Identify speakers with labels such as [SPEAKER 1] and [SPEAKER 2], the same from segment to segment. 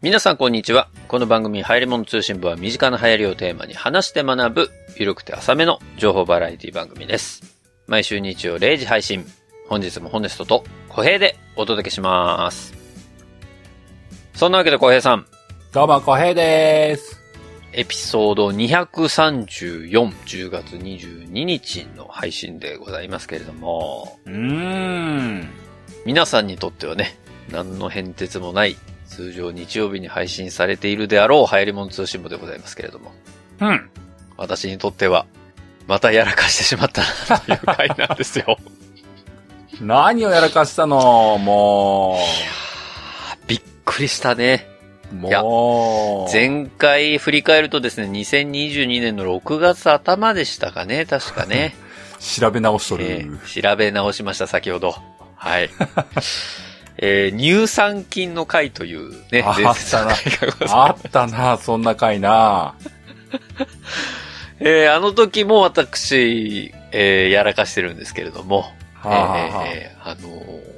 [SPEAKER 1] 皆さんこんにちは。この番組、流行り物通信部は身近な流行りをテーマに話して学ぶ、ゆるくて浅めの情報バラエティ番組です。毎週日曜0時配信。本日もホネストと小平でお届けします。そんなわけで小平さん、
[SPEAKER 2] どうも、小平です。
[SPEAKER 1] エピソード234、10月22日の配信でございますけれども、
[SPEAKER 2] うーん。
[SPEAKER 1] 皆さんにとってはね、何の変哲もない、通常日曜日に配信されているであろう流行り物通信部でございますけれども、
[SPEAKER 2] うん。
[SPEAKER 1] 私にとっては、またやらかしてしまったなという回なんですよ。
[SPEAKER 2] 何をやらかしたのも
[SPEAKER 1] びっくりしたね。
[SPEAKER 2] う、
[SPEAKER 1] や
[SPEAKER 2] もう。
[SPEAKER 1] 前回振り返るとですね、2022年の6月頭でしたかね、確か ね。
[SPEAKER 2] 調べ直しとる。
[SPEAKER 1] えー調べ直しました、先ほど。はい。 えー乳酸菌の会というね、
[SPEAKER 2] あ
[SPEAKER 1] 伝説の会がござい
[SPEAKER 2] あ
[SPEAKER 1] ま
[SPEAKER 2] ったな、そんな回な。
[SPEAKER 1] す えーあの時も私、えーやらかしてるんですけれども、
[SPEAKER 2] はあ、はあ
[SPEAKER 1] えーえーあのー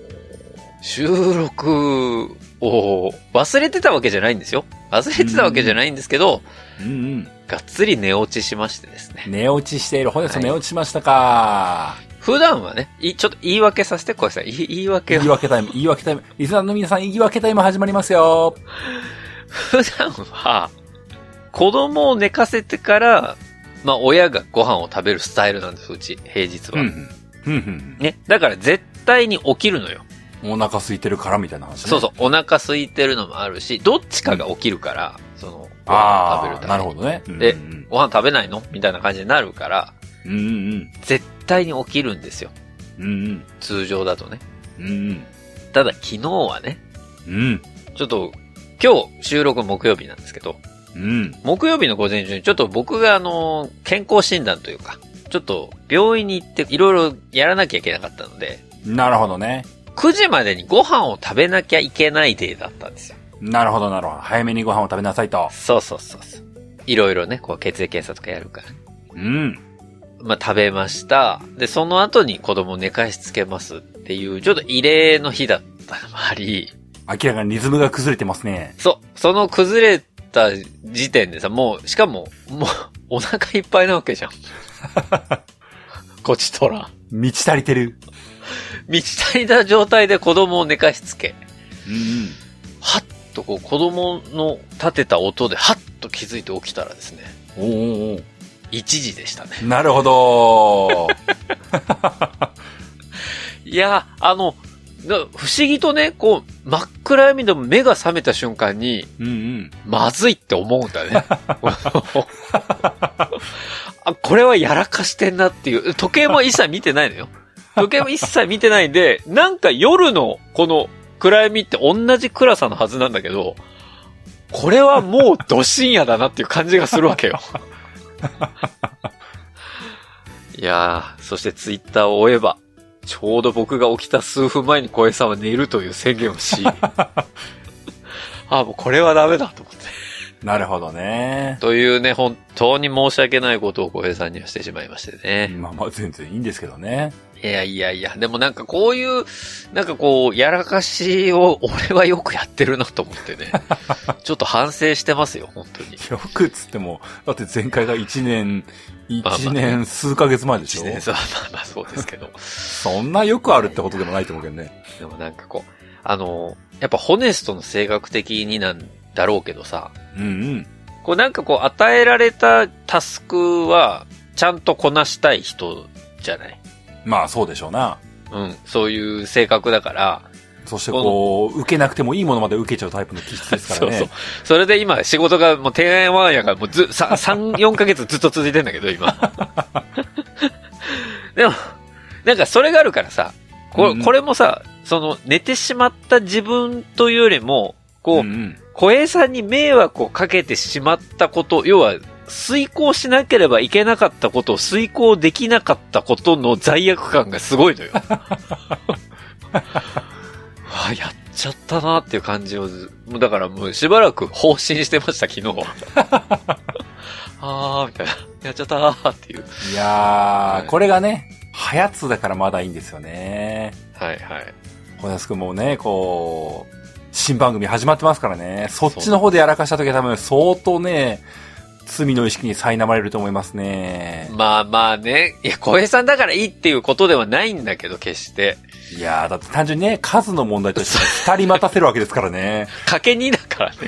[SPEAKER 1] 収録を忘れてたわけじゃないんですよ。忘れてたわけじゃないんですけど、
[SPEAKER 2] うん
[SPEAKER 1] がっつり寝落ちしましてですね
[SPEAKER 2] う。ん。寝落ちしている。本日
[SPEAKER 1] はい
[SPEAKER 2] 寝落ちしましたか。
[SPEAKER 1] 普段はね、いちょっと言い訳させて、小林さん。言い言い訳を
[SPEAKER 2] 言い訳タイム、言い訳タイム。リスナーの皆さん、言い訳タイム始まりますよ。
[SPEAKER 1] 普段は、子供を寝かせてから、まあ親がご飯を食べるスタイルなんです、うち、平日は。
[SPEAKER 2] ん。うん
[SPEAKER 1] ね。だから絶対に起きるのよ。
[SPEAKER 2] うん。お腹空いてるからみたいな話、ね。
[SPEAKER 1] そうそう、お腹空いてるのもあるし、どっちかが起きるから、その、ご飯を
[SPEAKER 2] あ
[SPEAKER 1] 食べ
[SPEAKER 2] あ
[SPEAKER 1] るために。
[SPEAKER 2] なるほどね。
[SPEAKER 1] で
[SPEAKER 2] うん
[SPEAKER 1] ご飯食べないのみたいな感じになるから、
[SPEAKER 2] うんうん。
[SPEAKER 1] 絶対に起きるんですよ。
[SPEAKER 2] うんうん。
[SPEAKER 1] 通常だとね。
[SPEAKER 2] うんうん。
[SPEAKER 1] ただ昨日はね、
[SPEAKER 2] うん。
[SPEAKER 1] ちょっと、今日収録木曜日なんですけど、
[SPEAKER 2] うん。
[SPEAKER 1] 木曜日の午前中にちょっと僕があの、健康診断というか、ちょっと病院に行っていろいろやらなきゃいけなかったので、
[SPEAKER 2] なるほどね。
[SPEAKER 1] 9時までにご飯を食べなきゃいけないデーだったんですよ。
[SPEAKER 2] なるほど、なるほど。早めにご飯を食べなさいと。
[SPEAKER 1] そうそうそうそう。いろいろね、こう血液検査とかやるから。
[SPEAKER 2] うん。
[SPEAKER 1] まあ、食べました。で、その後に子供を寝かしつけますっていう、ちょっと異例の日だったのもあり、
[SPEAKER 2] 明らかにリズムが崩れてますね。
[SPEAKER 1] そう、その崩れた時点でさ、もう、しかも、もう、お腹いっぱいなわけじゃん。こちとら。
[SPEAKER 2] 満ち足りてる。
[SPEAKER 1] 満ち足りた状態で子供を寝かしつけ、
[SPEAKER 2] う
[SPEAKER 1] はっとこう子供の立てた音ではっと気づいて起きたらですね、
[SPEAKER 2] んうん。おうおう
[SPEAKER 1] 1時でしたね。
[SPEAKER 2] おうなるほど。
[SPEAKER 1] いや、あの、な不思議とね、こう、真っ暗闇でも目が覚めた瞬間に、
[SPEAKER 2] うんうん。
[SPEAKER 1] まずいって思うんだね。 あ、これはやらかしてんなっていう。時計も一切見てないのよ。時計も一切見てないんで、なんか夜のこの暗闇って同じ暗さのはずなんだけど、これはもうど深夜だなっていう感じがするわけよ。いやー、そしてツイッターを追えば、ちょうど僕が起きた数分前に小江さんは寝るという宣言をし、あ、もうこれはダメだと思って。
[SPEAKER 2] なるほどね。
[SPEAKER 1] というね、本当に申し訳ないことを小平さんにはしてしまいましてね。
[SPEAKER 2] まあまあ全然いいんですけどね。
[SPEAKER 1] いやいやいや、でもなんかこういう、なんかこう、やらかしを俺はよくやってるなと思って ね。ちょっと反省してますよ、本当に。
[SPEAKER 2] よくっつっても、だって前回が1年、
[SPEAKER 1] まあ
[SPEAKER 2] 1年数ヶ月前でし
[SPEAKER 1] 一
[SPEAKER 2] ょ、
[SPEAKER 1] 年さ、まあまあ そうですけど。
[SPEAKER 2] そんなよくあるってことでもないと思うけどね。
[SPEAKER 1] でもなんかこう、あの、やっぱホネストの性格的になんだろうけどさ、
[SPEAKER 2] うんうん。
[SPEAKER 1] こうなんかこう、与えられたタスクは、ちゃんとこなしたい人じゃない
[SPEAKER 2] まあそうでしょうな。
[SPEAKER 1] うん、そういう性格だから、
[SPEAKER 2] そしてこう、受けなくてもいいものまで受けちゃうタイプの気質です からね。
[SPEAKER 1] そうそう。それで今、仕事がもう定年ワンやから、もうず、 さ3、4ヶ月ずっと続いてんだけど、今。でも、なんかそれがあるからさ、これ,、
[SPEAKER 2] うん
[SPEAKER 1] これもさ、その、寝てしまった自分というよりも、こう、
[SPEAKER 2] んん
[SPEAKER 1] 小平さんに迷惑をかけてしまったこと、要は、遂行しなければいけなかったことを遂行できなかったことの罪悪感がすごい のよ。あ、やっちゃったなっていう感じをず、もうだからもうしばらく放心してました、昨日。 あー、みたいな。やっちゃったーっていう。
[SPEAKER 2] いやー、
[SPEAKER 1] はい
[SPEAKER 2] これがね、はやつだからまだいいんですよね。
[SPEAKER 1] はいはい。
[SPEAKER 2] 小安くんもね、こう、新番組始まってますからね。そっちの方でやらかした時は多分相当ね、罪の意識に苛まれると思いますね。
[SPEAKER 1] まあまあね。いや、小平さんだからいいっていうことではないんだけど、決して。
[SPEAKER 2] いやー、だって単純にね、数の問題として二人待たせるわけですからね。
[SPEAKER 1] 賭けにだからね。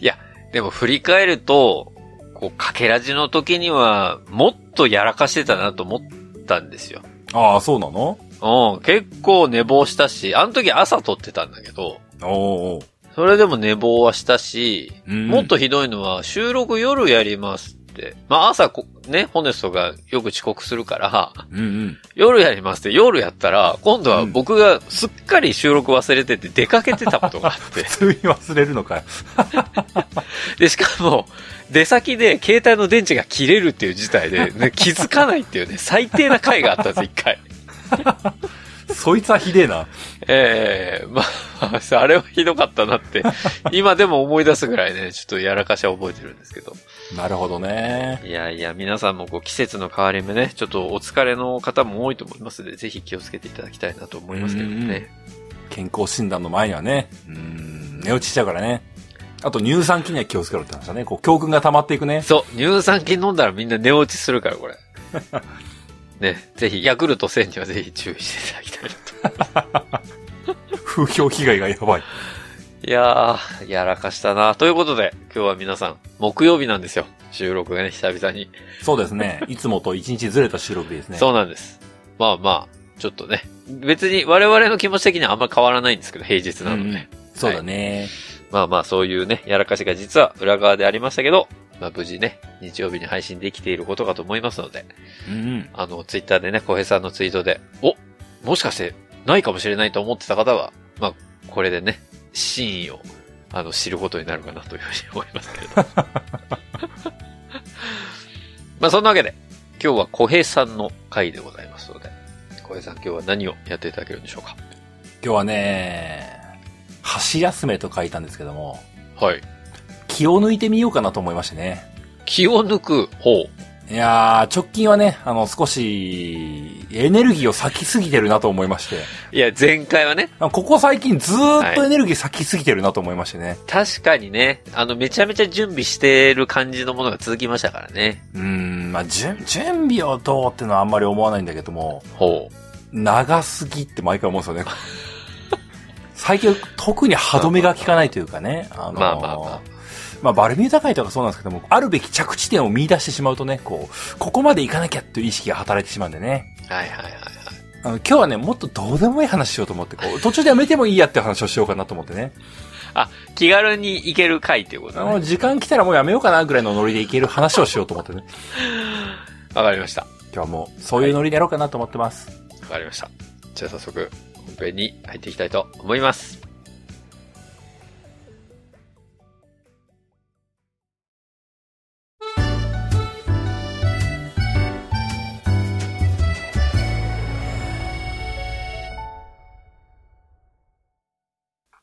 [SPEAKER 1] いや、でも振り返ると、こう、かけらじの時には、もっとやらかしてたなと思ったんですよ。
[SPEAKER 2] ああ、そうなの
[SPEAKER 1] うん、結構寝坊したし、あの時朝撮ってたんだけど、
[SPEAKER 2] おーおー
[SPEAKER 1] それでも寝坊はしたし、
[SPEAKER 2] うん
[SPEAKER 1] もっとひどいのは、収録夜やりますって。まあ朝こ、ね、ホネストがよく遅刻するから、
[SPEAKER 2] うんうん。
[SPEAKER 1] 夜やりますって夜やったら、今度は僕がすっかり収録忘れてて出かけてたことがあって
[SPEAKER 2] 普。通に忘れるのかよ。
[SPEAKER 1] で、しかも、出先で携帯の電池が切れるっていう事態で、ね、気づかないっていうね、最低な回があったんです、一回。
[SPEAKER 2] そいつはひでえな。
[SPEAKER 1] ええまあ、あれはひどかったなって、今でも思い出すぐらいね、ちょっとやらかしは覚えてるんですけど。
[SPEAKER 2] なるほどね。
[SPEAKER 1] いやいや、皆さんもこう季節の変わり目ね、ちょっとお疲れの方も多いと思いますので、ぜひ気をつけていただきたいなと思いますけどもね。
[SPEAKER 2] 健康診断の前にはね、うん、寝落ちしちゃうからね。あと乳酸菌には気をつけろって話だね。こう、教訓が溜まっていくね。
[SPEAKER 1] そう、乳酸菌飲んだらみんな寝落ちするから、これ。ね、ぜひ、ヤクルト1000にはぜひ注意していただきたいなと。
[SPEAKER 2] 風評被害がやばい。
[SPEAKER 1] いやー、やらかしたな。ということで、今日は皆さん、木曜日なんですよ。収録がね、久々に。
[SPEAKER 2] そうですね。いつもと一日ずれた収録ですね。
[SPEAKER 1] そうなんです。まあまあ、ちょっとね。別に我々の気持ち的にはあんま変わらないんですけど、平日なので。
[SPEAKER 2] うんそうだね。
[SPEAKER 1] まあまあ、そういうね、やらかしが実は裏側でありましたけど、まあ無事ね、日曜日に配信できていることかと思いますので、
[SPEAKER 2] うんうん。
[SPEAKER 1] あの、ツイッターでね、小平さんのツイートで、おもしかして、ないかもしれないと思ってた方は、まあ、これでね、真意を、あの、知ることになるかなというふうに思いますけれ ど。まあ、そんなわけで、今日は小平さんの回でございますので、小平さん今日は何をやっていただけるんでしょうか
[SPEAKER 2] 今日はね、箸休めと書いたんですけども、
[SPEAKER 1] はい。
[SPEAKER 2] 気を抜いてみようかなと思いましてね。
[SPEAKER 1] 気を抜く方。
[SPEAKER 2] いやー、直近はね、あの、少し、エネルギーを割きすぎてるなと思いまして。
[SPEAKER 1] いや、前回はね、
[SPEAKER 2] ここ最近ずーっと
[SPEAKER 1] はい
[SPEAKER 2] エネルギー割きすぎてるなと思いましてね。
[SPEAKER 1] 確かにね、あの、めちゃめちゃ準備してる感じのものが続きましたからね。
[SPEAKER 2] うーん、まあ、準、準備をどうってのはあんまり思わないんだけども、
[SPEAKER 1] ほう。
[SPEAKER 2] 長すぎって毎回思 うんですよね。最近特に歯止めが効かないというかね。あのー
[SPEAKER 1] まあまあまあ。
[SPEAKER 2] まあバルミューダ会とかそうなんですけども、あるべき着地点を見出してしまうとね、こう、ここまで行かなきゃっていう意識が働いてしまうんでね。
[SPEAKER 1] はいはいはいはい。
[SPEAKER 2] あの、今日はね、もっとどうでもいい話しようと思って、こう、途中でやめてもいいやっていう話をしようかなと思ってね。
[SPEAKER 1] 気軽に行ける回っていうこ
[SPEAKER 2] あ
[SPEAKER 1] とね。
[SPEAKER 2] の、時間来たらもうやめようかなぐらいのノリでいける話をしようと思ってね。
[SPEAKER 1] わかりました。
[SPEAKER 2] 今日はもう、そういうノリでやろうかなと思ってます。
[SPEAKER 1] わかりました。じゃあ早速、本編に入っていきたいと思います。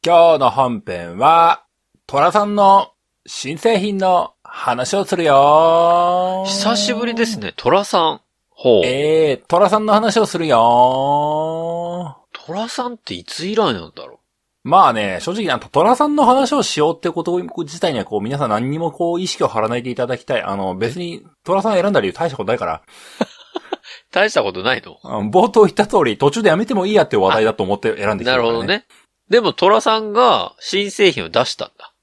[SPEAKER 2] 今日の本編は、トラさんの新製品の話をするよ
[SPEAKER 1] 久しぶりですね、トラさん。ほう。
[SPEAKER 2] えー、トラさんの話をするよ
[SPEAKER 1] トラさんっていつ以来なんだろ
[SPEAKER 2] まあね、正直なんかトラさんの話をしようってこと自体にはこう皆さん何にもこう意識を張らないでいただきたい。あの別にトラさん選んだ理由大したことないから、
[SPEAKER 1] う。大したことないの。
[SPEAKER 2] うん冒頭言った通り途中でやめてもいいやっていう話題だと思って選んできて
[SPEAKER 1] な
[SPEAKER 2] るから、ね。
[SPEAKER 1] るほど。ね。でもトラさんが新製品を出したんだ。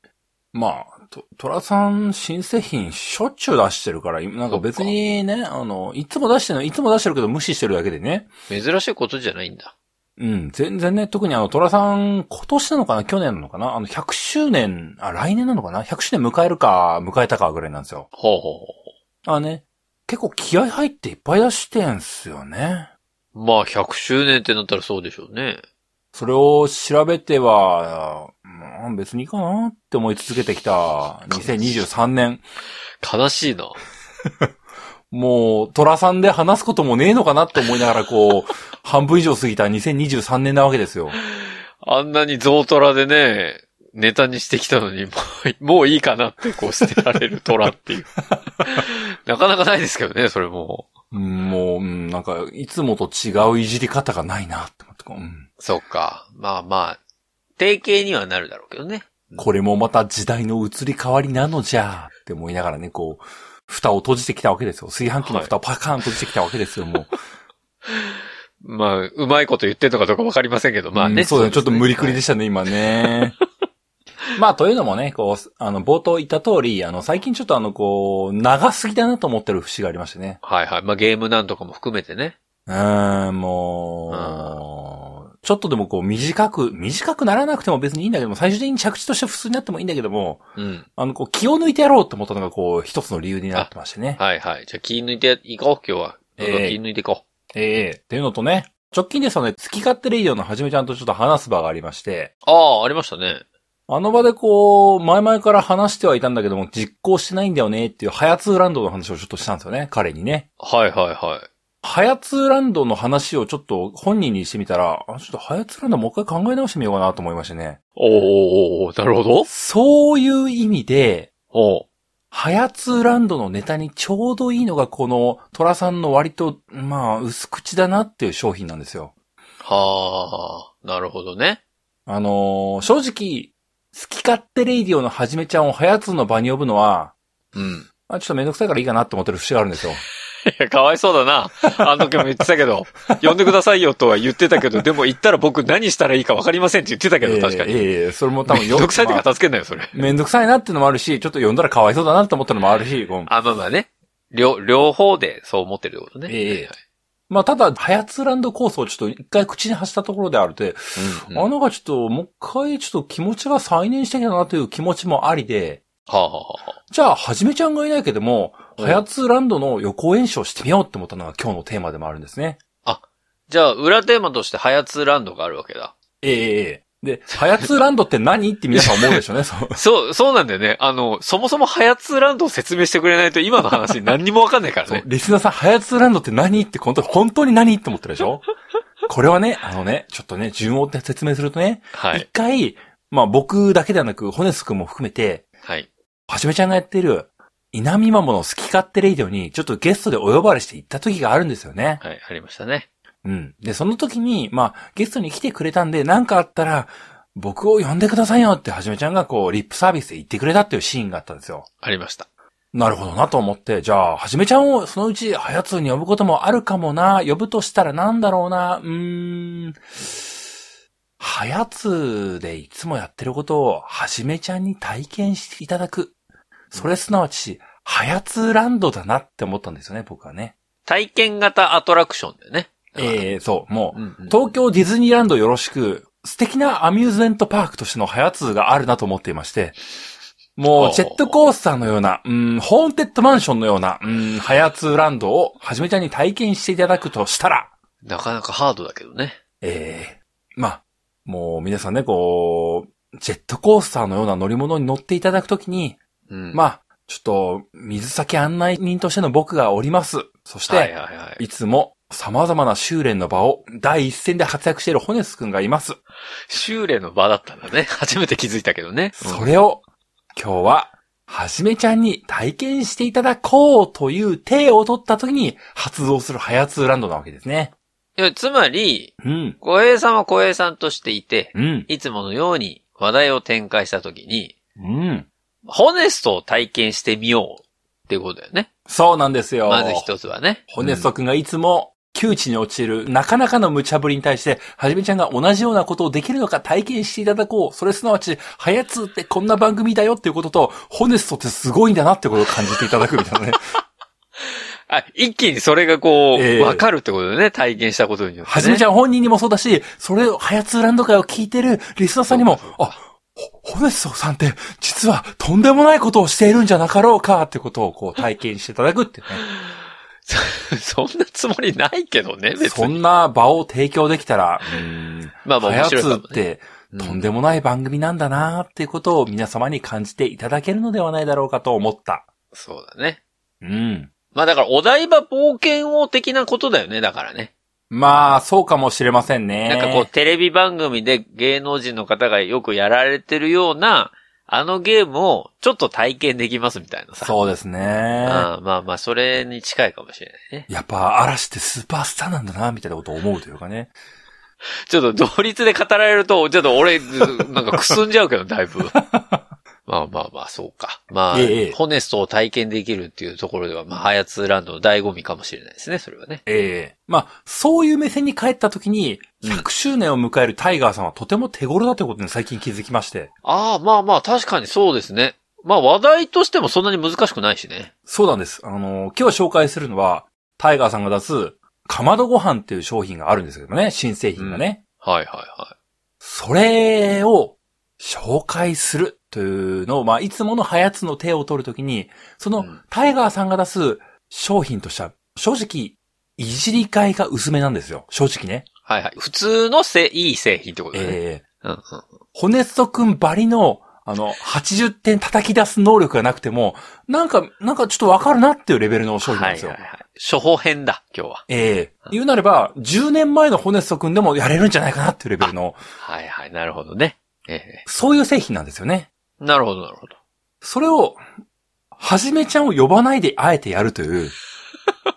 [SPEAKER 2] まあ、トトラさん新製品しょっちゅう出してるから、なんか別にね、あの、いつも出してるの、いつも出してるけど無視してるだけでね。
[SPEAKER 1] 珍しいことじゃないんだ。
[SPEAKER 2] うん、全然ね、特にあの、トラさん、今年なのかな去年なのかなあの、100周年、あ、来年なのかな ?100 周年迎えるか、迎えたかぐらいなんですよ。
[SPEAKER 1] ほうほうほ
[SPEAKER 2] あね、結構気合入っていっぱい出してんすよね。
[SPEAKER 1] う。まあ、100周年ってなったらそうでしょうね。
[SPEAKER 2] それを調べては、うん、別にいいかなって思い続けてきた2023年。
[SPEAKER 1] 悲しいな。
[SPEAKER 2] もう、虎さんで話すこともねえのかなって思いながら、こう、 半分以上過ぎた2023年なわけですよ。
[SPEAKER 1] あんなにゾウトラでね、ネタにしてきたのに、もう、もういいかなって、こう、捨てられるトラって いう。なかなかないですけどね、それも。
[SPEAKER 2] うんもう、うんなんか、いつもと違ういじり方がないなって思って、こううん
[SPEAKER 1] そうか。まあまあ、定型にはなるだろうけどね。
[SPEAKER 2] これもまた時代の移り変わりなのじゃ、って思いながらね、こう、蓋を閉じてきたわけですよ。炊飯器の蓋をパカーン閉じてきたわけですよ、もう。
[SPEAKER 1] まあ、うまいこと言ってるのかどうかわかりませんけど、まあ
[SPEAKER 2] う
[SPEAKER 1] ね。
[SPEAKER 2] んそうだね。ちょっと無理くりで
[SPEAKER 1] し
[SPEAKER 2] したね、今 ね。まあ、というのもね、こう、あの、冒頭言った通り、あの、最近ちょっとあの、こう、長すぎだなと思ってる節がありましてね。
[SPEAKER 1] はいはい。まあゲームなんとかも含めてね。
[SPEAKER 2] うーん、もう、ちょっとでもこう、短く、短くならなくても別にいいんだけども、最終的に着地として普通になってもいいんだけども、
[SPEAKER 1] うん。
[SPEAKER 2] あの、こう、気を抜いてやろうと思ったのが、こう、一つの理由になってましてね。
[SPEAKER 1] はいはい。じゃあ気抜いていこう、今日は。どんどん
[SPEAKER 2] ええ
[SPEAKER 1] 気抜いていこ
[SPEAKER 2] ええっていうのとね、直近ですよね、好き勝手レイディオのはじめちゃんとちょっと話す場がありまして、
[SPEAKER 1] う。ああ、ありましたね。
[SPEAKER 2] あの場でこう、前々から話してはいたんだけども、実行してないんだよねっていう、ハヤツーランドの話をちょっとしたんですよね、彼にね。
[SPEAKER 1] はいはいはい。
[SPEAKER 2] ハヤツーランドの話をちょっと本人にしてみたら、あちょっとハヤツーランドもう一回考え直してみようかなと思いましてね。
[SPEAKER 1] おーおーおーおーなるほど。
[SPEAKER 2] そういう意味で、
[SPEAKER 1] おう
[SPEAKER 2] ハヤツーランドのネタにちょうどいいのがこのトラさんの割と、まあ、薄口だなっていう商品なんですよ。
[SPEAKER 1] はあ、なるほどね。
[SPEAKER 2] あのー正直、好き勝手レイディオのはじめちゃんをハヤツーの場に呼ぶのは、
[SPEAKER 1] うん。
[SPEAKER 2] あちょっとめんどくさいからいいかなって思ってる節があるんですよ。
[SPEAKER 1] いや、かわいそうだな。あの時も言ってたけど、呼んでくださいよとは言ってたけ ど、でも言ったら僕何したらいいかわかりませんって言ってたけど、確かに。
[SPEAKER 2] ええええそれも多分
[SPEAKER 1] めんどくさいって
[SPEAKER 2] まあ
[SPEAKER 1] か助けんなよ、それ。
[SPEAKER 2] めんどくさいなっていうのもあるし、ちょっと読んだらかわいそうだなって思ったのもあるし、こう
[SPEAKER 1] あ、まあまあね。両、両方でそう思ってるってことね。
[SPEAKER 2] ええまあただ、ハヤツーランド構想をちょっと一回口に発したところであるで、
[SPEAKER 1] うん
[SPEAKER 2] あ
[SPEAKER 1] うんは
[SPEAKER 2] のがちょっともう一回ちょっと気持ちが再燃してきたなという気持ちもありで、
[SPEAKER 1] あ、はあはあはあ、
[SPEAKER 2] じゃあ、はじめちゃんがいないけども、
[SPEAKER 1] うん
[SPEAKER 2] ハヤツーランドの予行演習をしてみようって思ったのが今日のテーマでもあるんですね。
[SPEAKER 1] じゃあ、裏テーマとしてハヤツーランドがあるわけだ。
[SPEAKER 2] ええええええで、ハヤツーランドって何って皆さん思うでしょうね、 そう。
[SPEAKER 1] そう、そうなんだよね。あの、そもそもハヤツーランドを説明してくれないと今の話何にもわかんないから
[SPEAKER 2] そう
[SPEAKER 1] ね、。
[SPEAKER 2] リスナーさん、ハヤツーランドって何って本当、本当に何って思ってるでしょこれはね、あのね、ちょっとね、順を追って説明するとね、一、
[SPEAKER 1] はい。
[SPEAKER 2] 回、まあ僕だけではなく、ホネス君も含めて、
[SPEAKER 1] はい。
[SPEAKER 2] はじめちゃんがやってる、稲見まもの好き勝手レイディオに、ちょっとゲストでお呼ばれして行った時があるんですよね。
[SPEAKER 1] はい、ありましたね。
[SPEAKER 2] うん。で、その時に、まあ、ゲストに来てくれたんで、なんかあったら、僕を呼んでくださいよって、はじめちゃんがこう、リップサービスで言ってくれたっていうシーンがあったんですよ。
[SPEAKER 1] ありました。
[SPEAKER 2] なるほどなと思って、じゃあ、はじめちゃんをそのうち、はやつに呼ぶこともあるかもな、呼ぶとしたらなんだろうな、うーん。はやつでいつもやってることを、はじめちゃんに体験していただく。それすなわち、はやつランドだなって思ったんですよね、僕はね。
[SPEAKER 1] 体験型アトラクションだよね。
[SPEAKER 2] ええそう、もう、
[SPEAKER 1] うんうん
[SPEAKER 2] 東京ディズニーランドよろしく、素敵なアミューズメントパークとしてのハヤツーがあるなと思っていまして、も
[SPEAKER 1] あ
[SPEAKER 2] う
[SPEAKER 1] ー
[SPEAKER 2] ジェットコースターのような、うん、ホーンテッドマンションのような、うん、ハヤツーランドをはじめちゃんに体験していただくとしたら、
[SPEAKER 1] なかなかハードだけどね。
[SPEAKER 2] ええまあ、もう皆さんね、こう、ジェットコースターのような乗り物に乗っていただくときに、
[SPEAKER 1] うん。
[SPEAKER 2] まあ、ちょっと、水先案内人としての僕がおります。そして、
[SPEAKER 1] はいはいはい。
[SPEAKER 2] いつも様々な修練の場を第一線で活躍しているホネス君がいます。
[SPEAKER 1] 修練の場だったんだね。 初めて気づいたけどね。
[SPEAKER 2] それを今日ははじめちゃんに体験していただこうという手を取った時に発動するハヤツーランドなわけですね。
[SPEAKER 1] いや、つまり、
[SPEAKER 2] うん。
[SPEAKER 1] 小平さんは小平さんとしていて、
[SPEAKER 2] うん。
[SPEAKER 1] いつものように話題を展開したときに、
[SPEAKER 2] うん。
[SPEAKER 1] ホネストを体験してみようっていうことだよね。
[SPEAKER 2] そうなんですよ。
[SPEAKER 1] まず一つはね。
[SPEAKER 2] ホネスト君がいつも窮地に陥るなかなかの無茶ぶりに対して、はじめちゃんが同じようなことをできるのか体験していただこう。それすなわち、ハヤツーってこんな番組だよっていうことと、ホネストってすごいんだなってことを感じていただくみたいなね。
[SPEAKER 1] あ、一気にそれがこ
[SPEAKER 2] ええ
[SPEAKER 1] う、わかるってことだよね。体験したことによって、ね。
[SPEAKER 2] はじめちゃん本人にもそうだし、それを、ハヤツーランド会を聞いてるリスナーさんにも
[SPEAKER 1] そうか、
[SPEAKER 2] あ、ホネストさんって、実はとんでもないことをしているんじゃなかろうかってことをこう体験していただくっていうね。
[SPEAKER 1] そんなつもりないけどね、別
[SPEAKER 2] そ
[SPEAKER 1] に。
[SPEAKER 2] んな場を提供できたら、うん
[SPEAKER 1] まあまあ
[SPEAKER 2] ハヤ
[SPEAKER 1] 面
[SPEAKER 2] ツ
[SPEAKER 1] 白いかもね
[SPEAKER 2] ーって、とんでもない番組なんだなっていうことを皆様に感じていただけるのではないだろうかと思った。
[SPEAKER 1] そうだね。
[SPEAKER 2] うん。
[SPEAKER 1] まあだから、お台場冒険王的なことだよね、だからね。
[SPEAKER 2] まあ、そうかもしれませんね。
[SPEAKER 1] なんかこう、テレビ番組で芸能人の方がよくやられてるような、あのゲームをちょっと体験できますみたいなさ。
[SPEAKER 2] そうですね。
[SPEAKER 1] ああまあまあ、それに近いかもしれないね。
[SPEAKER 2] やっぱ嵐ってスーパースターなんだなみたいなことを思うというかね。
[SPEAKER 1] ちょっと同率で語られると、ちょっと俺、なんかくすんじゃうけど、だい ぶ。まあまあまあ、そうか。まあ、
[SPEAKER 2] ええ
[SPEAKER 1] ホネストを体験できるっていうところでは、まあ、ハヤツーランドの醍醐味かもしれないですね、それはね。
[SPEAKER 2] ええまあ、そういう目線に帰った時に、
[SPEAKER 1] うん
[SPEAKER 2] 100周年を迎えるタイガーさんはとても手頃だということに最近気づきまして。
[SPEAKER 1] ああ、まあまあ、確かにそうですね。まあ、話題としてもそんなに難しくないしね。
[SPEAKER 2] そうなんです。あの、今日紹介するのは、タイガーさんが出す、かまどご飯っていう商品があるんですけどね、新製品がね。
[SPEAKER 1] はいはいは
[SPEAKER 2] それを紹介するというのを、まあ、いつものハヤツの手を取るときに、その
[SPEAKER 1] うん
[SPEAKER 2] タイガーさんが出す商品としては、正直、いじり替えが薄めなんですよ。正直ね。
[SPEAKER 1] い。はいはい。普通のせ、いい製品ってことだね。
[SPEAKER 2] ええ
[SPEAKER 1] うんうん。
[SPEAKER 2] ホネスト君ばりの、あの、80点叩き出す能力がなくても、なんか、なんかちょっとわかるなっていうレベルの商品なんですよ。
[SPEAKER 1] はいはいはい。処方編だ、今日は。
[SPEAKER 2] ええ言うなれば、10年前のホネスト君でもやれるんじゃないかなっていうレベルの、
[SPEAKER 1] はいはい、なるほどね。ええ
[SPEAKER 2] そういう製品なんですよね。
[SPEAKER 1] なるほど、なるほど。
[SPEAKER 2] それを、はじめちゃんを呼ばないであえてやるという、
[SPEAKER 1] こ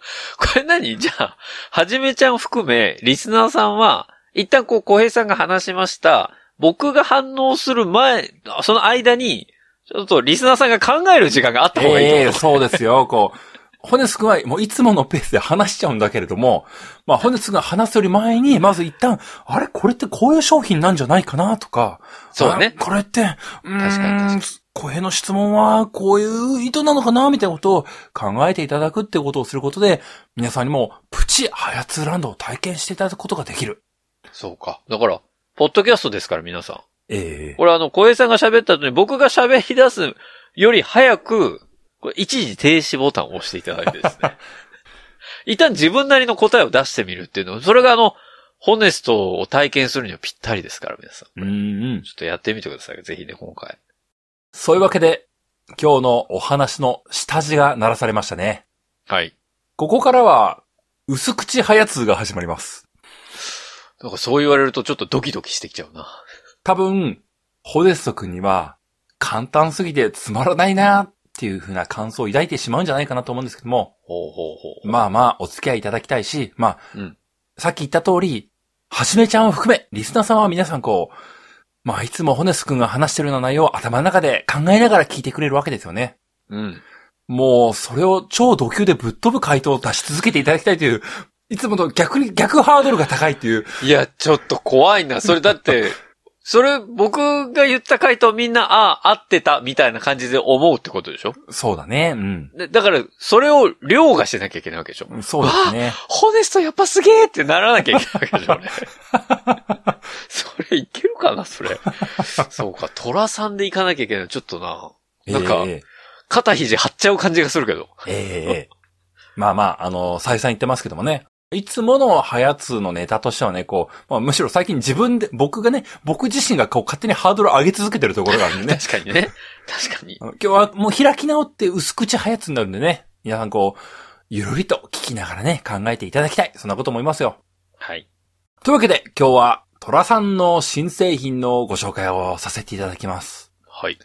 [SPEAKER 1] れ何じゃあ、はじめちゃん含め、リスナーさんは、一旦こう、小平さんが話しました。僕が反応する前、その間に、ちょっとリスナーさんが考える時間があった方がいいと
[SPEAKER 2] え
[SPEAKER 1] 思
[SPEAKER 2] えそうで すよ、こう。ホネス君はもういつものペースで話しちゃうんだけれども、まあホネス君が話すより前に、まず一旦、あれこれってこういう商品なんじゃないかなとか、
[SPEAKER 1] そうね
[SPEAKER 2] あこれって、確
[SPEAKER 1] 確かに確かに
[SPEAKER 2] 小平の質問はこういう意図なのかなみたいなことを考えていただくってことをすることで、皆さんにもプチハヤツーランドを体験していただくことができる。
[SPEAKER 1] そうか。だから、ポッドキャストですから、皆さん。
[SPEAKER 2] ええ
[SPEAKER 1] これあの、小平さんが喋った後に僕が喋り出すより早く、これ一時停止ボタンを押していただいてですね。一旦自分なりの答えを出してみるっていうのは、それがあの、ホネストを体験するにはぴったりですから、皆さん。
[SPEAKER 2] うんうん。
[SPEAKER 1] ちょっとやってみてください。ぜひね、今回。
[SPEAKER 2] そういうわけで、今日のお話の下地が鳴らされましたね。
[SPEAKER 1] はい。
[SPEAKER 2] ここからは、薄口早通が始まります。
[SPEAKER 1] なんかそう言われるとちょっとドキドキしてきちゃうな。
[SPEAKER 2] 多分、ホデスト君には、簡単すぎてつまらないなっていう風な感想を抱いてしまうんじゃないかなと思うんですけども、
[SPEAKER 1] ほうほうほう。
[SPEAKER 2] まあまあお付き合いいただきたいし、まあ、
[SPEAKER 1] うん
[SPEAKER 2] さっき言った通り、はじめちゃんを含め、リスナーさんは皆さんこう、まあいつもホネスト君が話してるような内容を頭の中で考えながら聞いてくれるわけですよね。
[SPEAKER 1] うん。
[SPEAKER 2] もう、それを超ド級でぶっ飛ぶ回答を出し続けていただきたいという、いつもと逆に、逆ハードルが高いっていう、
[SPEAKER 1] いや、ちょっと怖いな。それだって、それ僕が言った回答みんな、ああ、合ってた、みたいな感じで思うってことでしょ
[SPEAKER 2] そうだね。うん。
[SPEAKER 1] でだから、それを凌駕しなきゃいけないわけでしょ。
[SPEAKER 2] そうですね。
[SPEAKER 1] ホネストやっぱすげえってならなきゃいけないわけでしょ、ね、 それいけるかな、それ。そうか、虎さんで行かなきゃいけない。ちょっとな、なんか
[SPEAKER 2] え
[SPEAKER 1] 肩肘張っちゃう感じがするけど。
[SPEAKER 2] えええええまあまあ、あの、再三言ってますけどもね。いつものハヤツーのネタとしてはね、こう、まあ、むしろ最近自分で、僕がね、僕自身がこう勝手にハードル上げ続けてるところがあるんで ね。
[SPEAKER 1] 確かにね。確かに。
[SPEAKER 2] あの今日はもう開き直って薄口ハヤツーになるんでね。皆さんこう、ゆるりと聞きながらね、考えていただきたい。そんなこと思いますよ。
[SPEAKER 1] はい。
[SPEAKER 2] というわけで、今日は、トラさんの新製品のご紹介をさせていただきます。
[SPEAKER 1] はい。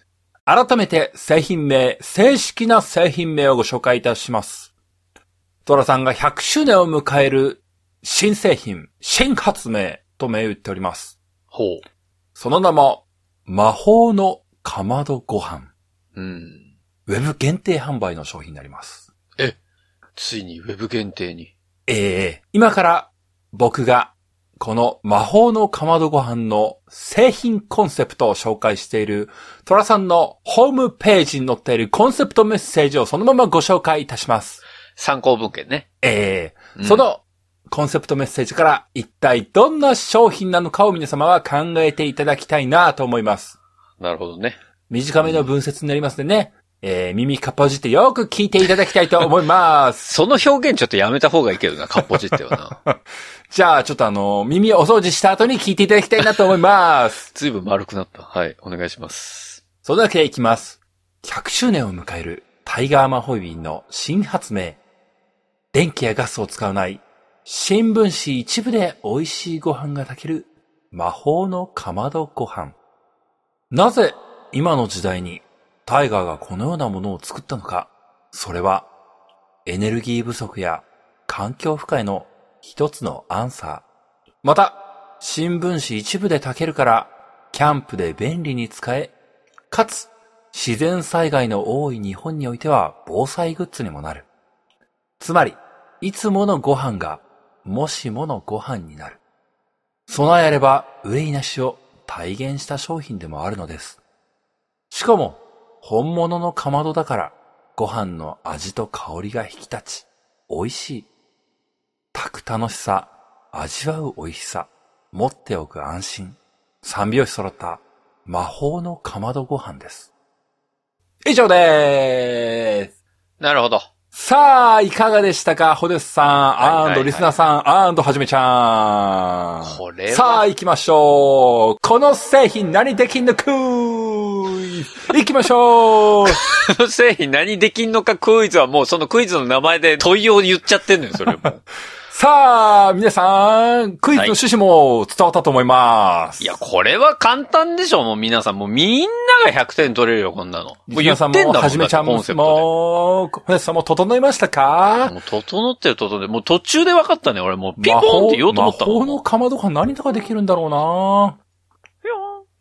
[SPEAKER 2] 改めて製品名、正式な製品名をご紹介いたします。トラさんが100周年を迎える新製品、新発明と銘打っております。
[SPEAKER 1] ほう。
[SPEAKER 2] その名も、魔法のかまどご飯。
[SPEAKER 1] うん。
[SPEAKER 2] ウェブ限定販売の商品になります。
[SPEAKER 1] ついにウェブ限定に。
[SPEAKER 2] ええ今から僕がこの魔法のかまどご飯の製品コンセプトを紹介しているトラさんのホームページに載っているコンセプトメッセージをそのままご紹介いたします。
[SPEAKER 1] 参考文献ね。
[SPEAKER 2] ええ
[SPEAKER 1] うん
[SPEAKER 2] そ、のコンセプトメッセージから一体どんな商品なのかを皆様は考えていただきたいなと思います。
[SPEAKER 1] なるほどね。
[SPEAKER 2] 短めの文節になりますんでね、えー耳かっぱじってよく聞いていただきたいと思います。
[SPEAKER 1] その表現ちょっとやめた方がいいけどな、かっぽじっては な。
[SPEAKER 2] じゃあちょっとあの、耳お掃除した後に聞いていただきたいなと思います。
[SPEAKER 1] ずいぶん丸くなった。はい、お願いします。
[SPEAKER 2] それだけでいきます。100周年を迎えるタイガーマホイビンの新発明。電気やガスを使わない、新聞紙一部で美味しいご飯が炊ける魔法のかまどご飯。なぜ今の時代にタイガーがこのようなものを作ったのか。それはエネルギー不足や環境負荷への一つのアンサー。また、新聞紙一部で炊けるから、キャンプで便利に使え、かつ、自然災害の多い日本においては防災グッズにもなる。つまり、いつものご飯が、もしものご飯になる。備えあれば憂いなしを体現した商品でもあるのです。しかも、本物のかまどだから、ご飯の味と香りが引き立ち、美味しい。炊く楽しさ、味わう美味しさ、持っておく安心。三拍子揃った魔法のかまどご飯です。以上でーす。
[SPEAKER 1] なるほど。
[SPEAKER 2] さあ、いかがでしたかホデスさん、
[SPEAKER 1] いはいはい
[SPEAKER 2] アンドリスナーさん、アンドはじめちゃん。
[SPEAKER 1] これは
[SPEAKER 2] さあ、行きましょう。この製品何できんのクイズ行きまし ょう。
[SPEAKER 1] この製品何できんのかクイズはもうそのクイズの名前で問いを言っちゃってんのよ、そ れもう。
[SPEAKER 2] さあ、皆さん、クイズの趣旨も伝わったと思います。
[SPEAKER 1] いや、これは簡単でしょ、もう皆さん。もうみんなが100点取れるよ、こんなの。もう言
[SPEAKER 2] 皆さんも、はじめちゃん
[SPEAKER 1] コ
[SPEAKER 2] も
[SPEAKER 1] ンセ、プト
[SPEAKER 2] もう、ホデスさんも整いました
[SPEAKER 1] で。
[SPEAKER 2] か
[SPEAKER 1] もう整ってる整ってる。もう途中で分かったね、俺もう。ピンポンって言おうと思った
[SPEAKER 2] 魔
[SPEAKER 1] も
[SPEAKER 2] 法
[SPEAKER 1] ん。
[SPEAKER 2] のかまどが何とかできるんだろうな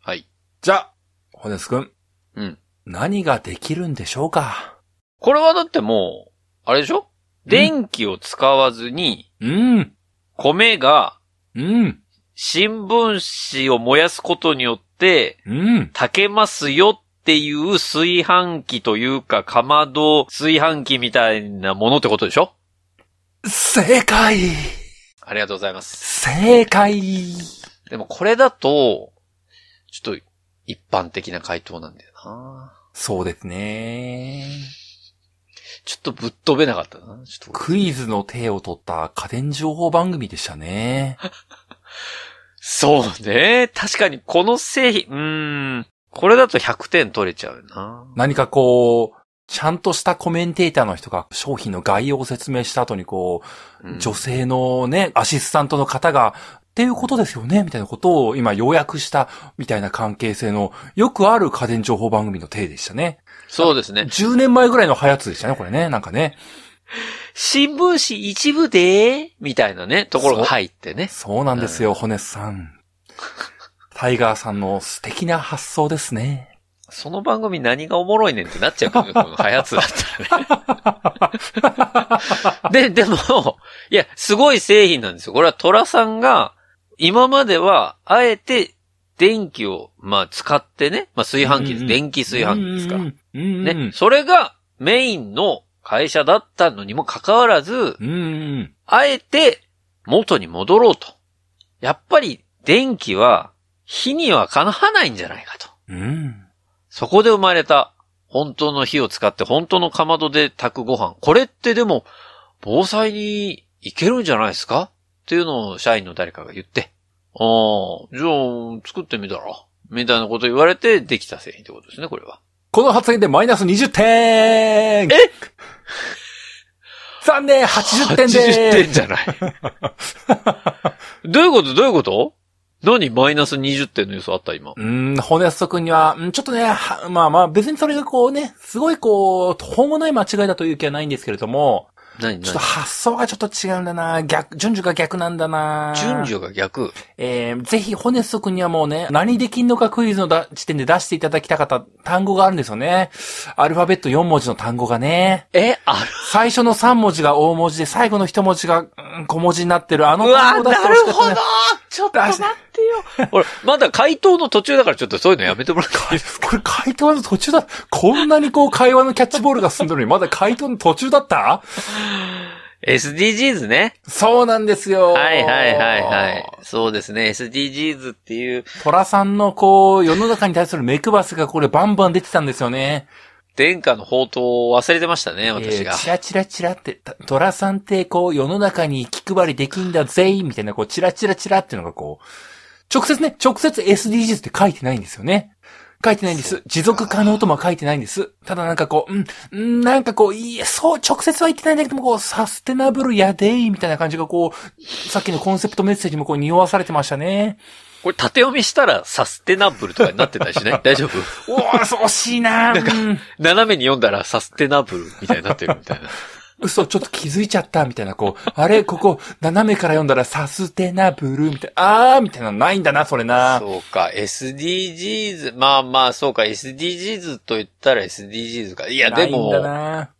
[SPEAKER 1] はい。
[SPEAKER 2] じゃあ、ホデス君。
[SPEAKER 1] うん。
[SPEAKER 2] 何ができるんでしょうか
[SPEAKER 1] これはだってもう、あれでしょ電気を使わずに、
[SPEAKER 2] うん。
[SPEAKER 1] 米が
[SPEAKER 2] うん。
[SPEAKER 1] 新聞紙を燃やすことによって、
[SPEAKER 2] うん。
[SPEAKER 1] 炊けますよっていう炊飯器というか、かまど炊飯器みたいなものってことでしょ
[SPEAKER 2] 正解
[SPEAKER 1] ありがとうございます。
[SPEAKER 2] 正解
[SPEAKER 1] でもこれだと、ちょっと一般的な回答なんだよな。
[SPEAKER 2] そうですね。
[SPEAKER 1] ちょっとぶっ飛べなかったな。ちょっと
[SPEAKER 2] クイズの手を取った家電情報番組でしたね。
[SPEAKER 1] そうね。確かにこの製品、うーん。これだと100点取れちゃうよな。
[SPEAKER 2] 何かこう、ちゃんとしたコメンテーターの人が商品の概要を説明した後にこ
[SPEAKER 1] うん
[SPEAKER 2] う、女性のね、アシスタントの方が、っていうことですよねみたいなことを今要約したみたいな関係性のよくある家電情報番組の体でしたね。
[SPEAKER 1] そうですね。
[SPEAKER 2] 10年前ぐらいの早つでしたね、これね。なんかね。
[SPEAKER 1] 新聞紙一部で、みたいなね、ところが入ってね。
[SPEAKER 2] そうなんですよ、ホネスさん。タイガーさんの素敵な発想ですね。
[SPEAKER 1] その番組何がおもろいねんってなっちゃうけどね、この早つだったら ね。で、でも、いや、すごい製品なんですよ。これはトラさんが、今までは、あえて、電気を、まあ、使ってね、まあ、炊飯器で
[SPEAKER 2] うん
[SPEAKER 1] す。
[SPEAKER 2] うん
[SPEAKER 1] 電気炊飯器ですから。
[SPEAKER 2] うんうんうん。
[SPEAKER 1] ね、それがメインの会社だったのにもかかわらず、
[SPEAKER 2] うんうん。
[SPEAKER 1] あえて、元に戻ろうと。やっぱり、電気は、火にはかなわないんじゃないかと。
[SPEAKER 2] うん。
[SPEAKER 1] そこで生まれた、本当の火を使って本当のかまどで炊くご飯。これってでも、防災にいけるんじゃないですかっていうのを社員の誰かが言って、ああ、じゃあ、作ってみたら、みたいなこと言われてできた製品ってことですね、これは。
[SPEAKER 2] この発言でマイナス20点
[SPEAKER 1] え
[SPEAKER 2] 残念 !80 点で
[SPEAKER 1] 80点じゃ ない。どういうことどういうこと何マイナス20点の予想あった今。
[SPEAKER 2] うん、骨安くんには、うんちょっとね、はまあまあ、別にそれがこうね、すごいこう、途方もない間違いだという気はないんですけれども、
[SPEAKER 1] 何
[SPEAKER 2] ちょっと
[SPEAKER 1] 何
[SPEAKER 2] 発想がちょっと違うんだな逆、順序が逆なんだな
[SPEAKER 1] 順序が逆。
[SPEAKER 2] えー、ぜひ、ホネスト君にはもうね、何できんのかクイズのだ時点で出していただきたかった単語があるんですよね。アルファベット4文字の単語がね、
[SPEAKER 1] え、あ
[SPEAKER 2] 最初の3文字が大文字で、最後の1文字が、うん小文字になってる、あの
[SPEAKER 1] うわ、
[SPEAKER 2] 単語
[SPEAKER 1] な
[SPEAKER 2] 出して
[SPEAKER 1] る
[SPEAKER 2] ほしかった
[SPEAKER 1] ほ
[SPEAKER 2] ね
[SPEAKER 1] どちょっと待って よ。俺、まだ回答の途中だからちょっとそういうのやめてもらっていいで すか
[SPEAKER 2] これ回答の途中だ。こんなにこう会話のキャッチボールが進んでるのに、まだ回答の途中だった
[SPEAKER 1] ?SDGs ね。
[SPEAKER 2] そうなんですよ。
[SPEAKER 1] はいはいはいはい。。そうですね。SDGs っていう、
[SPEAKER 2] 虎さんのこう、世の中に対する目配せがこれバンバン出てたんですよね。
[SPEAKER 1] 殿下の宝刀を忘れてましたね、
[SPEAKER 2] え
[SPEAKER 1] 私が
[SPEAKER 2] ー、。チラチラチラって、た虎さんってこう世の中に気配りできんだぜみたいなこうチラチラチラっていうのがこう、直接ね、直接 SDGs って書いてないんですよね。書いてないんで
[SPEAKER 1] そ
[SPEAKER 2] す。持続可能とも書いてないんです。ただなんかこう、うんうん、なんかこう、いいえ、そう、直接は言ってないんだけども、こう、サステナブルやでーみたいな感じがこう、さっきのコンセプトメッセージもこう、匂わされてましたね。
[SPEAKER 1] これ縦読みしたらサステナブルとかになってたりし ない大丈夫
[SPEAKER 2] おー、そう惜しいなーうん
[SPEAKER 1] 斜めに読んだらサステナブルみたいになってるみたいな。
[SPEAKER 2] 嘘、ちょっと気づいちゃった、みたいな、こう、あ れ、ここ、斜めから読んだら、サステナブル、みたいな、あー、みたいなのないんだな、それな。
[SPEAKER 1] そうか、SDGs、まあまあ、そうか、SDGs と言ったら SDGs か。いや、で
[SPEAKER 2] ないんだ
[SPEAKER 1] も、
[SPEAKER 2] な。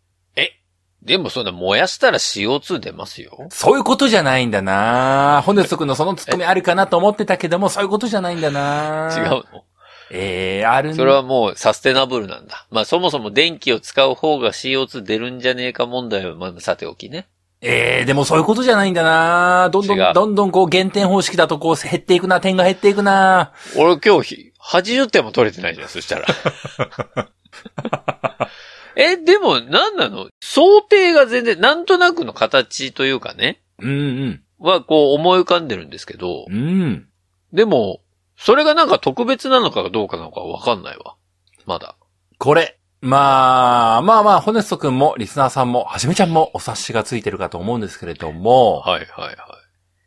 [SPEAKER 1] でもそんな燃やしたら CO2 出ますよ。
[SPEAKER 2] そういうことじゃないんだな。本日君のそのツッコミあるかなと思ってたけども、そういうことじゃないんだな。
[SPEAKER 1] 違う。の
[SPEAKER 2] えー、あるん
[SPEAKER 1] それはもうサステナブルなんだ。まあそもそも電気を使う方が CO2 出るんじゃねえか問題は、まあさておきね。
[SPEAKER 2] ええー、でもそういうことじゃないんだなどんど
[SPEAKER 1] 違
[SPEAKER 2] ん、
[SPEAKER 1] う
[SPEAKER 2] どんどんこう減点方式だとこう減っていくな、点が減っていくな
[SPEAKER 1] 俺今日ひ80点も取れてないじゃん、そしたら。 え、でも何なの想定が全然、なんとなくの形というかね、
[SPEAKER 2] うん
[SPEAKER 1] はこう思い浮かんでるんですけど
[SPEAKER 2] うん。う、ん。
[SPEAKER 1] でも、それがなんか特別なのかどうかなんかわかんないわ。まだ。
[SPEAKER 2] これ。まあ、まあまあ、ホネスト君も、リスナーさんも、はじめちゃんもお察しがついてるかと思うんですけれども、
[SPEAKER 1] はいはいはい。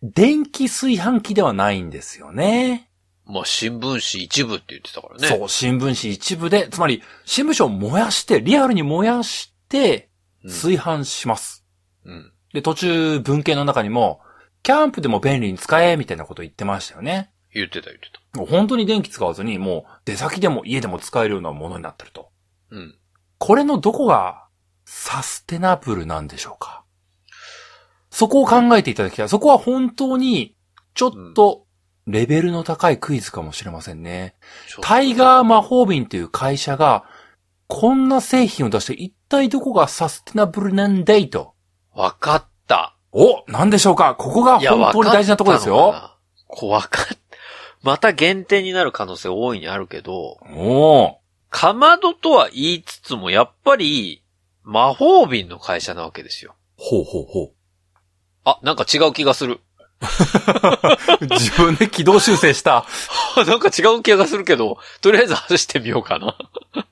[SPEAKER 2] 電気炊飯器ではないんですよね。
[SPEAKER 1] まあ新聞紙一部って言ってたからね。
[SPEAKER 2] そう、新聞紙一部で、つまり、新聞紙を燃やして、リアルに燃やして、
[SPEAKER 1] うん
[SPEAKER 2] 炊飯します。
[SPEAKER 1] うん。
[SPEAKER 2] で、途中、文献の中にも、キャンプでも便利に使え、みたいなこと言ってましたよね。
[SPEAKER 1] 言ってた言ってた。
[SPEAKER 2] もう本当に電気使わずに、もう出先でも家でも使えるようなものになってると。
[SPEAKER 1] うん。
[SPEAKER 2] これのどこがサステナブルなんでしょうかそこを考えていただきたい。そこは本当に、ちょっと、レベルの高いクイズかもしれませんね。
[SPEAKER 1] ちょっと
[SPEAKER 2] タイガー魔法瓶という会社が、こんな製品を出して一体どこがサステナブルなんだいと。
[SPEAKER 1] わかった。
[SPEAKER 2] おなんでしょうかここが
[SPEAKER 1] いや、
[SPEAKER 2] 本当に大事なところです
[SPEAKER 1] わ
[SPEAKER 2] よ。
[SPEAKER 1] かったのかな。こうわかっ、また減点になる可能性大いにあるけど、
[SPEAKER 2] おー。
[SPEAKER 1] かまどとは言いつつも、やっぱり、魔法瓶の会社なわけですよ。
[SPEAKER 2] ほうほうほう。
[SPEAKER 1] あ、なんか違う気がする。
[SPEAKER 2] 自分で軌道修正した。
[SPEAKER 1] なんか違う気がするけど、とりあえず外してみようかな。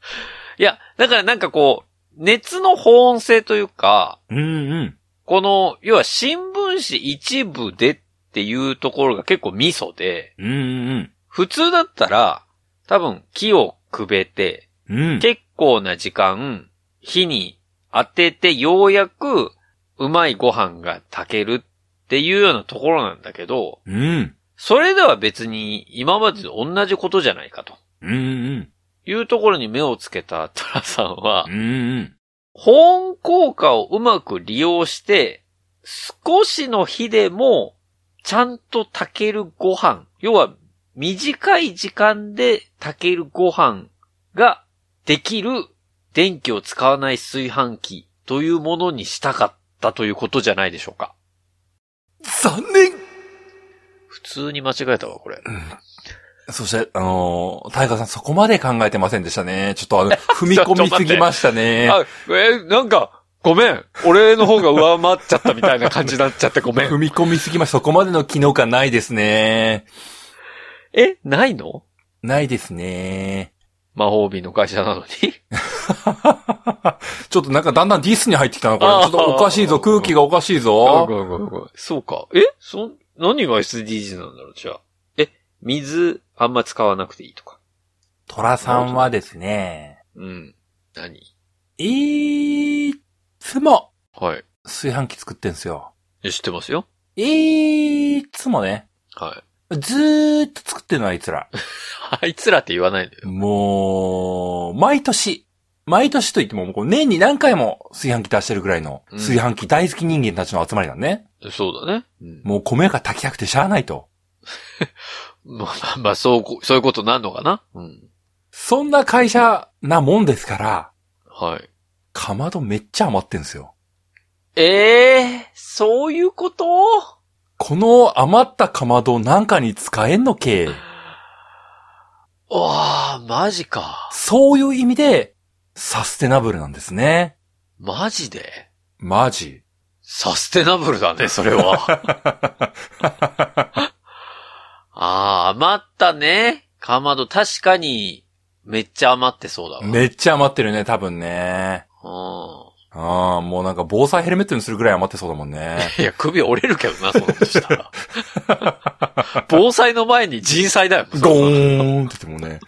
[SPEAKER 1] いや、だからなんかこう、熱の保温性というか、
[SPEAKER 2] うんうん。
[SPEAKER 1] この、要は新聞紙一部でっていうところが結構ミソで、
[SPEAKER 2] うんうん
[SPEAKER 1] 普通だったら、多分木をくべて、
[SPEAKER 2] うん。うん。
[SPEAKER 1] 結構な時間、火に当ててようやく、うまいご飯が炊けるっていうようなところなんだけど、
[SPEAKER 2] うん。
[SPEAKER 1] それでは別に今までと同じことじゃないかと
[SPEAKER 2] うんうん。
[SPEAKER 1] いうところに目をつけたトラさんは
[SPEAKER 2] う、んうん。
[SPEAKER 1] 保温効果をうまく利用して、少しの火でも、ちゃんと炊けるご飯、要は短い時間で炊けるご飯ができる電気を使わない炊飯器というものにしたかったということじゃないでしょうか。
[SPEAKER 2] 残念
[SPEAKER 1] 普通に間違えたわ、これ。
[SPEAKER 2] そして、あのー、タイガーさんそこまで考えてませんでしたね。ちょっと あの、踏み込みすぎましたね。
[SPEAKER 1] あ、え、なんか、ごめん。俺の方が上回っちゃったみたいな感じになっちゃってごめん。
[SPEAKER 2] 踏み込みすぎました。そこまでの機能感ないですね。
[SPEAKER 1] え、ないの
[SPEAKER 2] ないですね。
[SPEAKER 1] 魔法瓶の会社なのに
[SPEAKER 2] ちょっとなんかだんだんディスに入ってきたな、これ。ち
[SPEAKER 1] あー
[SPEAKER 2] ょっとおかしいぞ、空気がおかしい
[SPEAKER 1] あ
[SPEAKER 2] ぞ。
[SPEAKER 1] そうか。えそん、何が SDGs なんだろうじゃあ。え、水、あんま使わなくていいとか。
[SPEAKER 2] トラさんはですね、
[SPEAKER 1] うん。何
[SPEAKER 2] いつも
[SPEAKER 1] はい
[SPEAKER 2] 炊飯器作ってんすよ。
[SPEAKER 1] え。知ってますよ
[SPEAKER 2] いつもね、
[SPEAKER 1] はい。
[SPEAKER 2] ずーっと作ってんの、あいつら。
[SPEAKER 1] あいつらって言わないでよ。
[SPEAKER 2] もう、毎年、毎年といっても、もう年に何回も炊飯器出してるぐらいの、
[SPEAKER 1] うん
[SPEAKER 2] 炊飯器大好き人間たちの集まりなんね。
[SPEAKER 1] そうだね。うん、
[SPEAKER 2] もう米が炊きたくてしゃあないと。
[SPEAKER 1] まあまあまあ、そうこ、そういうことなんのかなうん。
[SPEAKER 2] そんな会社なもんですから、
[SPEAKER 1] はい。
[SPEAKER 2] かまどめっちゃ余ってんすよ。
[SPEAKER 1] ええそういうこと
[SPEAKER 2] この余ったかまどなんかに使えんのけ
[SPEAKER 1] わあ、マジか。
[SPEAKER 2] そういう意味で、サステナブルなんですね。
[SPEAKER 1] マジで
[SPEAKER 2] マジ。
[SPEAKER 1] サステナブルだね、それは。 ああ、余ったね。かまど、確かに、めっちゃ余ってそうだわ。
[SPEAKER 2] めっちゃ余ってるね、多分ね。
[SPEAKER 1] う
[SPEAKER 2] ああ、もうなんか防災ヘルメットにするぐらい余ってそうだもんね。
[SPEAKER 1] ん。いや、首折れるけどな、そんなことしたら。 防災の前に人災だよ。
[SPEAKER 2] ゴーンって言ってもね。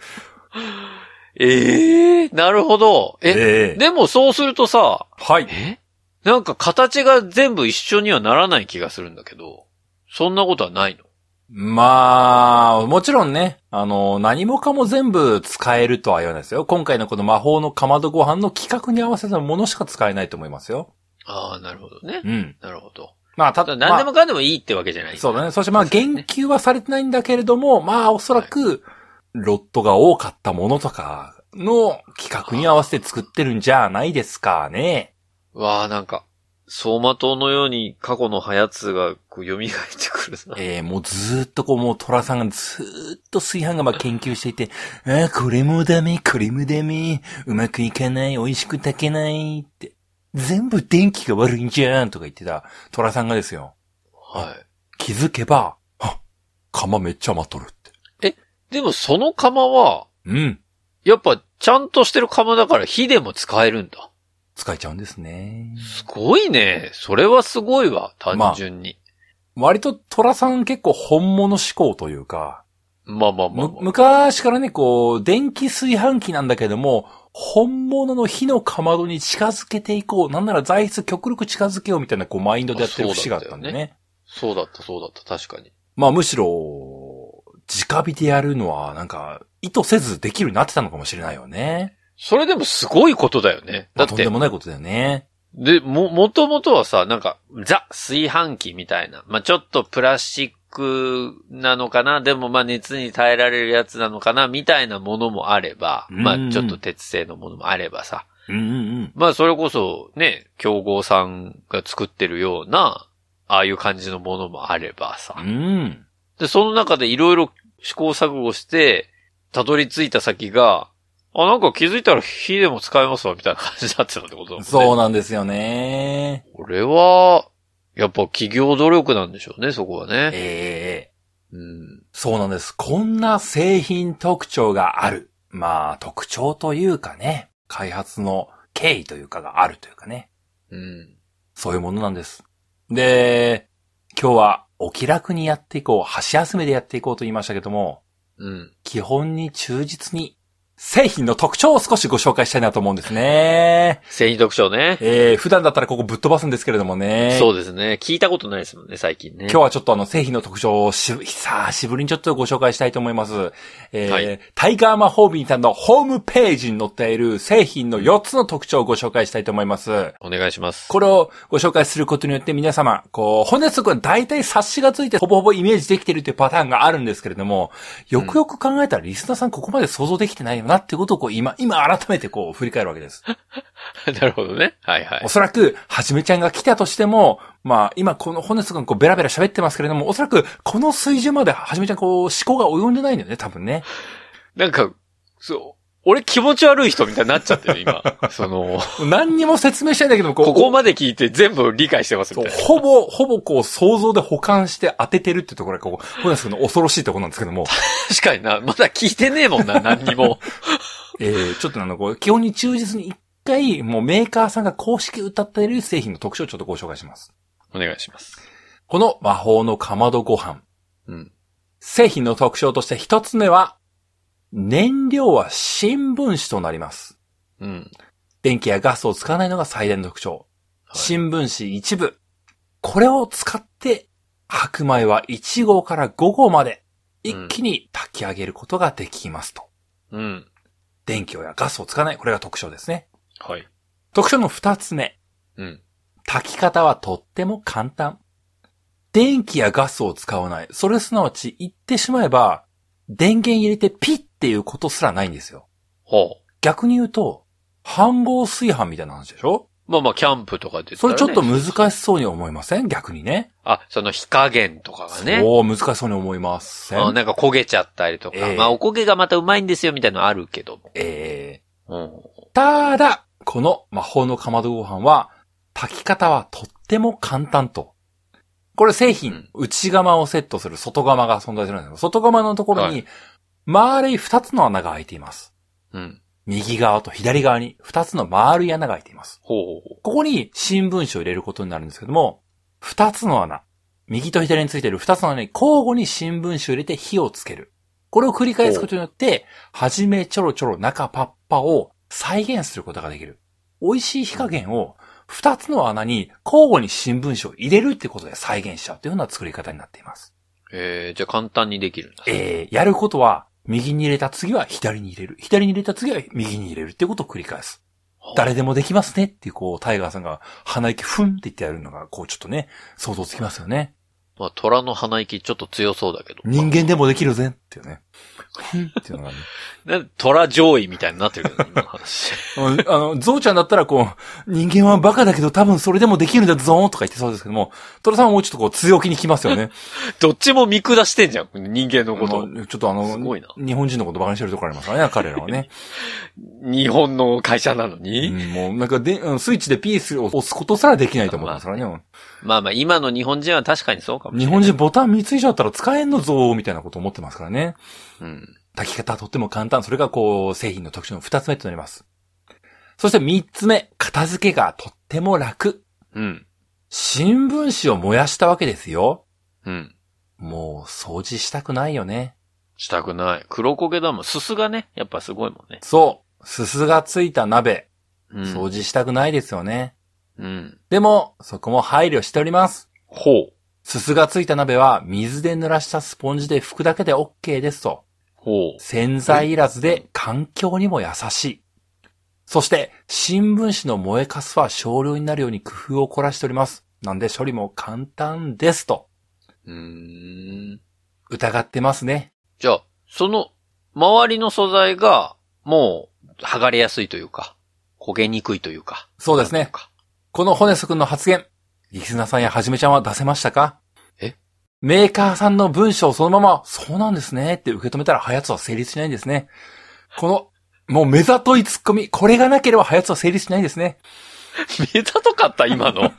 [SPEAKER 1] ええなるほど。え、
[SPEAKER 2] ええ
[SPEAKER 1] でもそうするとさ、
[SPEAKER 2] はい。
[SPEAKER 1] えなんか形が全部一緒にはならない気がするんだけど、そんなことはないの
[SPEAKER 2] まあ、もちろんね、あの、何もかも全部使えるとは言わないですよ。今回のこの魔法のかまどご飯の企画に合わせたものしか使えないと思いますよ。
[SPEAKER 1] ああ、なるほどね。
[SPEAKER 2] うん。
[SPEAKER 1] なるほど。
[SPEAKER 2] まあ、た
[SPEAKER 1] ただ何でも
[SPEAKER 2] ま
[SPEAKER 1] かんでもいいってわけじゃな
[SPEAKER 2] あ
[SPEAKER 1] い。
[SPEAKER 2] そうだね。そしてまあ、
[SPEAKER 1] そうですね
[SPEAKER 2] 言及はされてないんだけれども、まあ、おそらく、ロットが多かったものとかの企画に合わせて作ってるんじゃないですかね。
[SPEAKER 1] わあ、なんか、相馬灯のように過去のハヤツがこう蘇ってくるな。
[SPEAKER 2] えー、もうずーっとこう、もう虎さんがずーっと炊飯釜研究していて、あーこれもダメ、これもダメ、うまくいかない、美味しく炊けないって、全部電気が悪いんじゃんとか言ってた虎さんがですよ、
[SPEAKER 1] はい。
[SPEAKER 2] 気づけば、あ、釜めっちゃ余っとるって。
[SPEAKER 1] でもその釜は、
[SPEAKER 2] うん、
[SPEAKER 1] やっぱちゃんとしてる釜だから火でも使えるんだ。
[SPEAKER 2] 使えちゃうんですね。
[SPEAKER 1] すごいね。それはすごいわ、単純に。
[SPEAKER 2] 割と虎さん結構本物志向というか、
[SPEAKER 1] まあ、まあまあ
[SPEAKER 2] む
[SPEAKER 1] まあ、
[SPEAKER 2] 昔からね、こう、電気炊飯器なんだけども、本物の火のかまどに近づけていこう。なんなら材質極力近づけようみたいな、こう、マインドでやってる節があったんで
[SPEAKER 1] そう
[SPEAKER 2] ね。
[SPEAKER 1] そうだった、そうだった、確かに。
[SPEAKER 2] まあ、むしろ、直火でやるのは、なんか、意図せずできるようになってたのかもしれないよね。
[SPEAKER 1] それでもすごいことだよね。だ
[SPEAKER 2] まあ
[SPEAKER 1] っ
[SPEAKER 2] とんで
[SPEAKER 1] て、
[SPEAKER 2] もないことだよね。
[SPEAKER 1] で、も、もともとはさ、なんか、ザ、炊飯器みたいな。まあ、ちょっとプラスチックなのかな、でもまあ熱に耐えられるやつなのかな、みたいなものもあれば、
[SPEAKER 2] うん
[SPEAKER 1] まあちょっと鉄製のものもあればさ。
[SPEAKER 2] うんうん
[SPEAKER 1] まあそれこそね、競合さんが作ってるような、ああいう感じのものもあればさ
[SPEAKER 2] う。ん。うん。
[SPEAKER 1] で、その中でいろいろ試行錯誤して、たどり着いた先が、あ、なんか気づいたら火でも使えますわ、みたいな感じになってたってことだもんね。
[SPEAKER 2] そうなんですよね。
[SPEAKER 1] これは、やっぱ企業努力なんでしょうね、そこは
[SPEAKER 2] え
[SPEAKER 1] ね。
[SPEAKER 2] ええ
[SPEAKER 1] う
[SPEAKER 2] え
[SPEAKER 1] ん。
[SPEAKER 2] そうなんです。こんな製品特徴がある。まあ、特徴というかね、開発の経緯というかがあるというかね、
[SPEAKER 1] うん。
[SPEAKER 2] そういうものなんです。で、今日はお気楽にやっていこう、箸休めでやっていこうと言いましたけども、
[SPEAKER 1] うん。
[SPEAKER 2] 基本に忠実に、製品の特徴を少しご紹介したいなと思うんですね。
[SPEAKER 1] 製品特徴ね。
[SPEAKER 2] えー、普段だったらここぶっ飛ばすんですけれどもね。
[SPEAKER 1] そうですね。聞いたことないですもんね、最近ね。
[SPEAKER 2] 今日はちょっとあの製品の特徴をし、久しぶりにちょっとご紹介したいと思います。えー
[SPEAKER 1] はい
[SPEAKER 2] タイガー魔法瓶さんのホームページに載っている製品の4つの特徴をご紹介したいと思います。
[SPEAKER 1] お願いします。
[SPEAKER 2] これをご紹介することによって皆様、こう、骨くは大体察しがついてほぼほぼイメージできてるっていうパターンがあるんですけれども、よくよく考えたらリスナーさんここまで想像できてないよなっていうことをこう今、今改めてこう振り返るわけです。
[SPEAKER 1] なるほどね。はいは
[SPEAKER 2] お
[SPEAKER 1] い。
[SPEAKER 2] そらく、はじめちゃんが来たとしても、まあ、今このホネス君こうベラベラ喋ってますけれども、おそらくこの水準まではじめちゃんこう思考が及んでないんだよね、多分ね。
[SPEAKER 1] なんか、そう。俺気持ち悪い人みたいになっちゃってる、 今。その、
[SPEAKER 2] 何にも説明してないんだけども、こう
[SPEAKER 1] ここまで聞いて全部理解してます
[SPEAKER 2] そ
[SPEAKER 1] み
[SPEAKER 2] う
[SPEAKER 1] たいな。
[SPEAKER 2] ほぼ、ほぼこう想像で保管して当ててるってところがこう、ホネス君の恐ろしいところなんですけども、
[SPEAKER 1] 確かにな。まだ聞いてねえもん な、何にも。
[SPEAKER 2] えー、ちょっとあの、こう、基本に忠実に一回、もうメーカーさんが公式歌っている製品の特徴をちょっとご紹介します。
[SPEAKER 1] お願いします。
[SPEAKER 2] この魔法のかまどご飯。
[SPEAKER 1] うん。
[SPEAKER 2] 製品の特徴として一つ目は、燃料は新聞紙となります。
[SPEAKER 1] うん。
[SPEAKER 2] 電気やガスを使わないのが最大の特徴。
[SPEAKER 1] はい
[SPEAKER 2] 新聞紙一部。これを使って、白米は1号から5号まで、一気に炊き上げることができますと。
[SPEAKER 1] うん。
[SPEAKER 2] 電気やガスを使わない。これが特徴ですね。
[SPEAKER 1] はい。
[SPEAKER 2] 特徴の二つ目。
[SPEAKER 1] うん。
[SPEAKER 2] 炊き方はとっても簡単。電気やガスを使わない。それすなわち言ってしまえば、電源入れてピッっていうことすらないんですよ。
[SPEAKER 1] ほう。
[SPEAKER 2] 逆に言うと、半合炊飯みたいな話でしょ
[SPEAKER 1] まあまあ、キャンプとかで、
[SPEAKER 2] それちょっと難しそうに思いません逆にね。
[SPEAKER 1] あ、その火加減とかがね。
[SPEAKER 2] そう、難しそうに思いませ
[SPEAKER 1] あ
[SPEAKER 2] ん。
[SPEAKER 1] なんか焦げちゃったりとか。
[SPEAKER 2] ええ
[SPEAKER 1] まあ、お焦げがまたうまいんですよ、みたいなのあるけども。
[SPEAKER 2] え
[SPEAKER 1] うん。
[SPEAKER 2] ー、ただ、この魔法のかまどご飯は、炊き方はとっても簡単と。これ製品、内釜をセットする外釜が存在するんですけど、外釜のところ
[SPEAKER 1] は
[SPEAKER 2] に、丸い二つの穴が開いています。
[SPEAKER 1] うん。
[SPEAKER 2] 右側と左側に二つの丸い穴が開いています。
[SPEAKER 1] ほうほうほ
[SPEAKER 2] ここに新聞紙を入れることになるんですけども、二つの穴、右と左についている二つの穴に交互に新聞紙を入れて火をつける。これを繰り返すことによって、はじめちょろちょろ中パッパを再現することができる。美味しい火加減を、二つの穴に交互に新聞紙を入れるってことで再現しちゃうというような作り方になっています。
[SPEAKER 1] えー、じゃあ簡単にできるんだ。
[SPEAKER 2] えー、やることは、右に入れた次は左に入れる。左に入れた次は右に入れるってことを繰り返す。誰でもできますねっていう、こう、タイガーさんが鼻息ふんって言ってやるのが、こう、ちょっとね、想像つきますよね。
[SPEAKER 1] まあ、虎の鼻息ちょっと強そうだけど。
[SPEAKER 2] 人間でもできるぜっていうね。ふんっていうの がね。
[SPEAKER 1] なんで虎上位みたいになってるけど、今の 話。
[SPEAKER 2] うんあの、ゾウちゃんだったらこう、人間はバカだけど多分それでもできるんだぞーとか言ってそうですけども、トラさんはもうちょっとこう強気に来ますよね。
[SPEAKER 1] どっちも見下してんじゃん、人間 のこ
[SPEAKER 2] も
[SPEAKER 1] と。
[SPEAKER 2] うちょっとあ
[SPEAKER 1] す
[SPEAKER 2] の
[SPEAKER 1] ごいな、
[SPEAKER 2] 日本人のことバカにしてるところありますからね、彼らはね。
[SPEAKER 1] 日本の会社なの
[SPEAKER 2] う
[SPEAKER 1] に。
[SPEAKER 2] ん、もうなんかで、うんスイッチでピースを押すことすらできないと思いますからね。うん
[SPEAKER 1] まあまあ、今の日本人は確かにそうかもしれ
[SPEAKER 2] 日
[SPEAKER 1] ない。
[SPEAKER 2] 本人ボタン3つ以上あったら使えんのぞーみたいなこと思ってますからね。
[SPEAKER 1] うん。
[SPEAKER 2] 炊き方はとっても簡単。それがこう、製品の特徴の2つ目となります。そして3つ目、片付けがとっても楽。
[SPEAKER 1] うん。
[SPEAKER 2] 新聞紙を燃やしたわけですよ。
[SPEAKER 1] うん。
[SPEAKER 2] もう掃除したくないよね。
[SPEAKER 1] したくない。黒焦げだもん。すすがね、やっぱすごいもんね。
[SPEAKER 2] そう。すすがついた鍋、
[SPEAKER 1] うん。
[SPEAKER 2] 掃除したくないですよね。
[SPEAKER 1] うん。
[SPEAKER 2] でも、そこも配慮しております。
[SPEAKER 1] ほう。
[SPEAKER 2] すすがついた鍋は水で濡らしたスポンジで拭くだけで OK ですと。
[SPEAKER 1] ほう。
[SPEAKER 2] 洗剤いらずで環境にも優しい。そして、新聞紙の燃えかすは少量になるように工夫を凝らしております。なんで処理も簡単ですと。
[SPEAKER 1] うーん。
[SPEAKER 2] 疑ってますね。
[SPEAKER 1] じゃあ、その、周りの素材が、もう、剥がれやすいというか、焦げにくいというか。
[SPEAKER 2] そうです
[SPEAKER 1] なん
[SPEAKER 2] ね
[SPEAKER 1] と。か
[SPEAKER 2] このホネス君の発言、リスナーさんやはじめちゃんは出せましたか
[SPEAKER 1] え
[SPEAKER 2] メーカーさんの文章をそのまま、そうなんですねって受け止めたら、ハヤツは成立しないんですね。この、もう目ざといツッコミ、これがなければハヤツは成立しないんですね。
[SPEAKER 1] 目立とかった、今 の。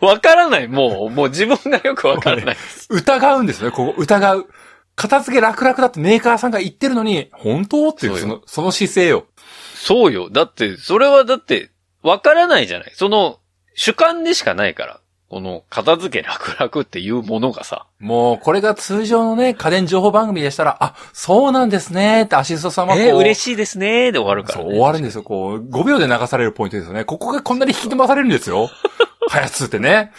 [SPEAKER 1] わからない、もう。もう自分がよくわからないです。
[SPEAKER 2] 疑うんですね、ここ、疑う。片付け楽々だってメーカーさんが言ってるのに、本当っていう、
[SPEAKER 1] そう
[SPEAKER 2] そ
[SPEAKER 1] よ
[SPEAKER 2] の、その姿勢よ。
[SPEAKER 1] そうよ。だって、それはだって、わからないじゃない。その、主観でしかないから。この、片付け楽々っていうものがさ。
[SPEAKER 2] もう、これが通常のね、家電情報番組でしたら、あ、そうなんですねってアシストさんはこう、
[SPEAKER 1] えー嬉しいですねで終わるから、
[SPEAKER 2] そう、
[SPEAKER 1] ね。
[SPEAKER 2] 終わるんですよ。こう、5秒で流されるポイントですよね。ここがこんなに引き伸ばされるんで すよ。はやつってね。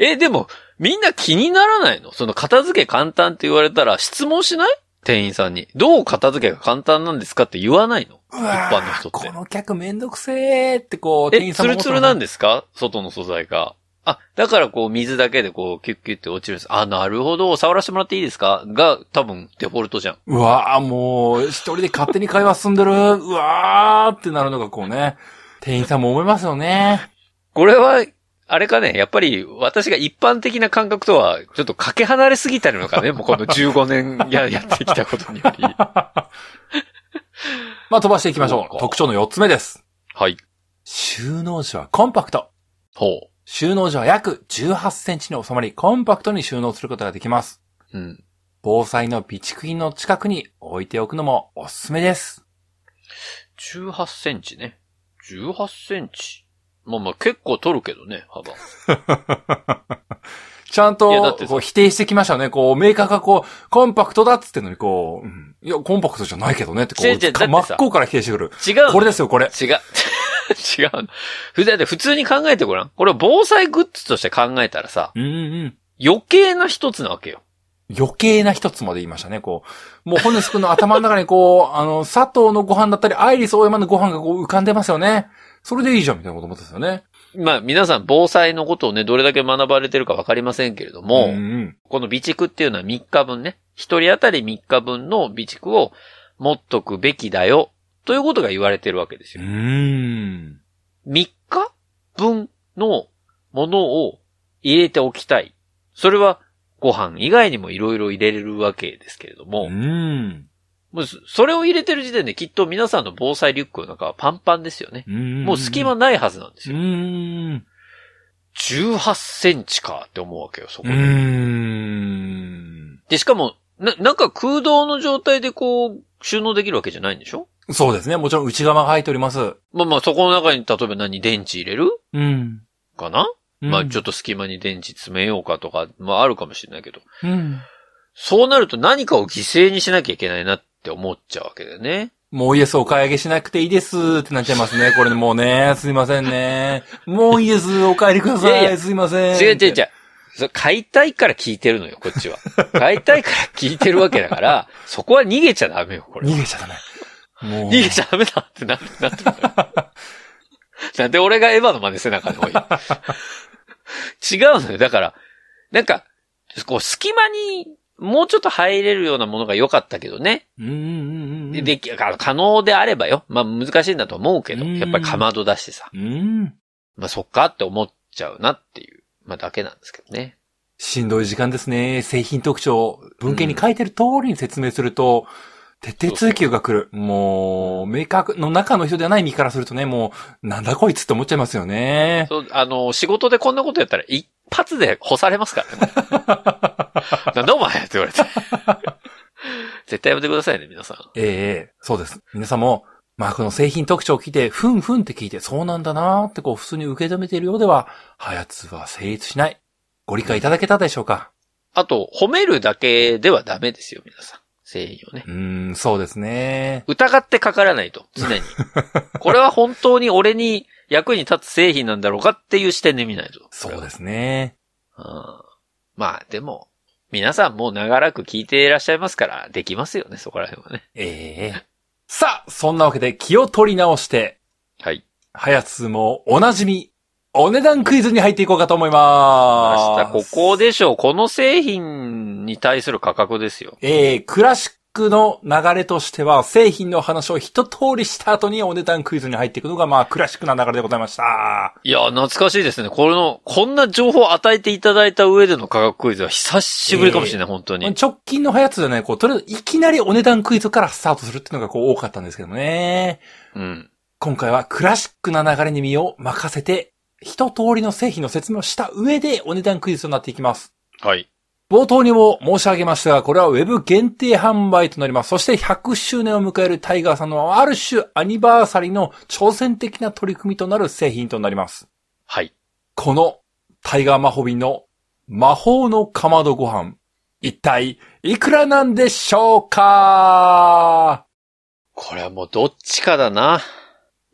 [SPEAKER 1] えーでも、みんな気にならないのその、片付け簡単って言われたら、質問しない店員さんに。どう片付けが簡単なんですかって言わないの
[SPEAKER 2] 一
[SPEAKER 1] 般の人って
[SPEAKER 2] この客めんどくせーってこう、店
[SPEAKER 1] え、
[SPEAKER 2] 員さ
[SPEAKER 1] ツ
[SPEAKER 2] んも
[SPEAKER 1] ルツルなん
[SPEAKER 2] で。
[SPEAKER 1] ですか外の素材が。あ、だからこう水だけでこうキュッキュッって落ちるんです。あ、なるほど。触らせてもらっていいですかが多分デフォルトじゃん。
[SPEAKER 2] うわーもう、一人で勝手に会話進んでる。うわーってなるのがこうね、店員さんも思いますよね。
[SPEAKER 1] これは、あれかね、やっぱり私が一般的な感覚とはちょっとかけ離れすぎたのかね。もうこの15年ややってきたことによ り。
[SPEAKER 2] まあ、飛ばしていきましょ
[SPEAKER 1] そう
[SPEAKER 2] う。
[SPEAKER 1] か
[SPEAKER 2] 特徴の4つ目です。
[SPEAKER 1] はい。
[SPEAKER 2] 収納時はコンパクト。
[SPEAKER 1] ほ
[SPEAKER 2] 収納時は約18センチに収まり、コンパクトに収納することができます。
[SPEAKER 1] う。うん。
[SPEAKER 2] 防災の備蓄品の近くに置いておくのもおすすめです。
[SPEAKER 1] 18センチね。18センチ。まあまあ結構取るけどね、幅。
[SPEAKER 2] ちゃん
[SPEAKER 1] いやだっ
[SPEAKER 2] と
[SPEAKER 1] てさ
[SPEAKER 2] こう否定してきましたよね。こう、メーカーがこう、コンパクトだっつってんのに、こう、うんいや、コンパクトじゃないけどねってこ
[SPEAKER 1] 違う違うだってさ
[SPEAKER 2] う、真っ向から否定してくる。
[SPEAKER 1] 違う
[SPEAKER 2] これですよ、これ。
[SPEAKER 1] 違う。 違うの。ふだって普通に考えてごらん。これ防災グッズとして考えたらさ、
[SPEAKER 2] うんうん。
[SPEAKER 1] 余計な一つなわけよ。
[SPEAKER 2] 余計な一つまで言いましたね、こう。もう、ホネス君の頭の中にこう、あ の、佐藤のご飯だったり、アイリス大山のご飯がこう浮かんでますよね。それでいいじゃん、みたいなこと思ってたんですよね。
[SPEAKER 1] まあ皆さん防災のことをね、どれだけ学ばれてるかわかりませんけれども、
[SPEAKER 2] んん。
[SPEAKER 1] この備蓄っていうのは3日分ね、1人当たり3日分の備蓄を持っとくべきだよ、ということが言われてるわけです
[SPEAKER 2] う
[SPEAKER 1] よ。
[SPEAKER 2] ーん。
[SPEAKER 1] 3日分のものを入れておきたい。それはご飯以外にもいろいろ入れれるわけですけれども、
[SPEAKER 2] うーん。
[SPEAKER 1] もうそそれを入れてる時点できっと皆さんの防災リュックの中はパンパンですよね。もう隙間ないはずなんです
[SPEAKER 2] う
[SPEAKER 1] よ。
[SPEAKER 2] ーん。
[SPEAKER 1] 18センチかって思うわけよ、そうこ
[SPEAKER 2] ー
[SPEAKER 1] で。
[SPEAKER 2] ん。
[SPEAKER 1] で、しかも、な、なんか空洞の状態でこう、収納できるわけじゃないんでしょ
[SPEAKER 2] そうですね。もちろん内側が入っております。
[SPEAKER 1] まあまあ、そこの中に例えば何、電池入れる
[SPEAKER 2] うん。
[SPEAKER 1] かな、まあ、ちょっ
[SPEAKER 2] っ
[SPEAKER 1] と隙間に電池詰めようかとか、まああるかもしれないけど。
[SPEAKER 2] と。うん。
[SPEAKER 1] そうなると何かを犠牲にしなきゃいけないなって思っちゃうわけだよね。
[SPEAKER 2] もうイエスお買い上げしなくていいですってなっちゃい ますね。これね、もうね、すいませんね。もうイエスお帰りください。
[SPEAKER 1] いやいや
[SPEAKER 2] すいません。
[SPEAKER 1] 違う違う違う。そう買いたいから聞いてるのよ、こっ ちは。買いたいから聞いてるわけだから、そこは逃げちゃダメよ、これ。
[SPEAKER 2] 逃げちゃダメ。も
[SPEAKER 1] 逃
[SPEAKER 2] う。
[SPEAKER 1] げちゃダメだってな、なってるから。なんで俺がエヴァの真似せなあかんの違うのよ。だから、なんか、こう、隙間に、もうちょっと入れるようなものが良かったけどね。
[SPEAKER 2] うんうんうんうん。
[SPEAKER 1] でき、あ可能であればよ。まあ難しいんだと思うけど、
[SPEAKER 2] うん
[SPEAKER 1] やっぱりかまどだしさ。
[SPEAKER 2] うん。
[SPEAKER 1] まあそっかって思っちゃうなっていう、まあだけなんですけどね。
[SPEAKER 2] しんどい時間ですね。製品特徴、文献に書いてる通りに説明すると、徹底追求が来る。もう、メーカーの中の人ではない身からするとね、もう、なんだこいつって思っちゃいますよね。
[SPEAKER 1] そう、あの、仕事でこんなことやったら一発で干されますからね。 なんだお前って言われて。絶対やめてくださいね、皆さん。
[SPEAKER 2] ええそうです。皆さんも、マークの製品特徴を聞いて、ふんふんって聞いて、そうなんだなーってこう、普通に受け止めているようでは、ハヤツは成立しない。ご理解いただけたでしょうか
[SPEAKER 1] あと、褒めるだけではダメですよ、皆さん。製品をね。
[SPEAKER 2] うーん、そうですね。
[SPEAKER 1] 疑ってかからないと、 常に。これは本当に俺に役に立つ製品なんだろうかっていう視点で見ないと。。
[SPEAKER 2] そうですすね。
[SPEAKER 1] まあ、でも、皆さんもう長らく聞いていらっしゃいますから、できますよね、そこら辺はね。
[SPEAKER 2] ええさあ、そんなわけで気を取り直して、
[SPEAKER 1] はい。
[SPEAKER 2] はやつもおなじみ、お値段クイズに入っていこうかと思い
[SPEAKER 1] 明
[SPEAKER 2] ま
[SPEAKER 1] 日、
[SPEAKER 2] す。
[SPEAKER 1] ここでしょう。この製品に対する価格ですよ。
[SPEAKER 2] えー、クラシックの流れとしては、製品の話を一通りした後にお値段クイズに入っていくのが、まあ、クラシックな流れでございました。
[SPEAKER 1] いや、懐かしいですね。これの、こんな情報を与えていただいた上での価格クイズは久しぶりかもしれない、本当に。
[SPEAKER 2] 直近のはやつじゃない、こう、とりあえずいきなりお値段クイズからスタートするっていうのが、こう、多かったんですけどもね。
[SPEAKER 1] うん。
[SPEAKER 2] 今回はクラシックな流れに身を任せて、一通りの製品の説明をした上でお値段クイズとなっていきます。
[SPEAKER 1] はい。
[SPEAKER 2] 冒頭にも申し上げましたが、これはウェブ限定販売となります。そして100周年を迎えるタイガーさんのある種アニバーサリーの挑戦的な取り組みとなる製品となります。
[SPEAKER 1] はい。
[SPEAKER 2] このタイガー魔法瓶の魔法のかまどご飯、一体いくらなんでしょうか
[SPEAKER 1] これはもうどっちかだな。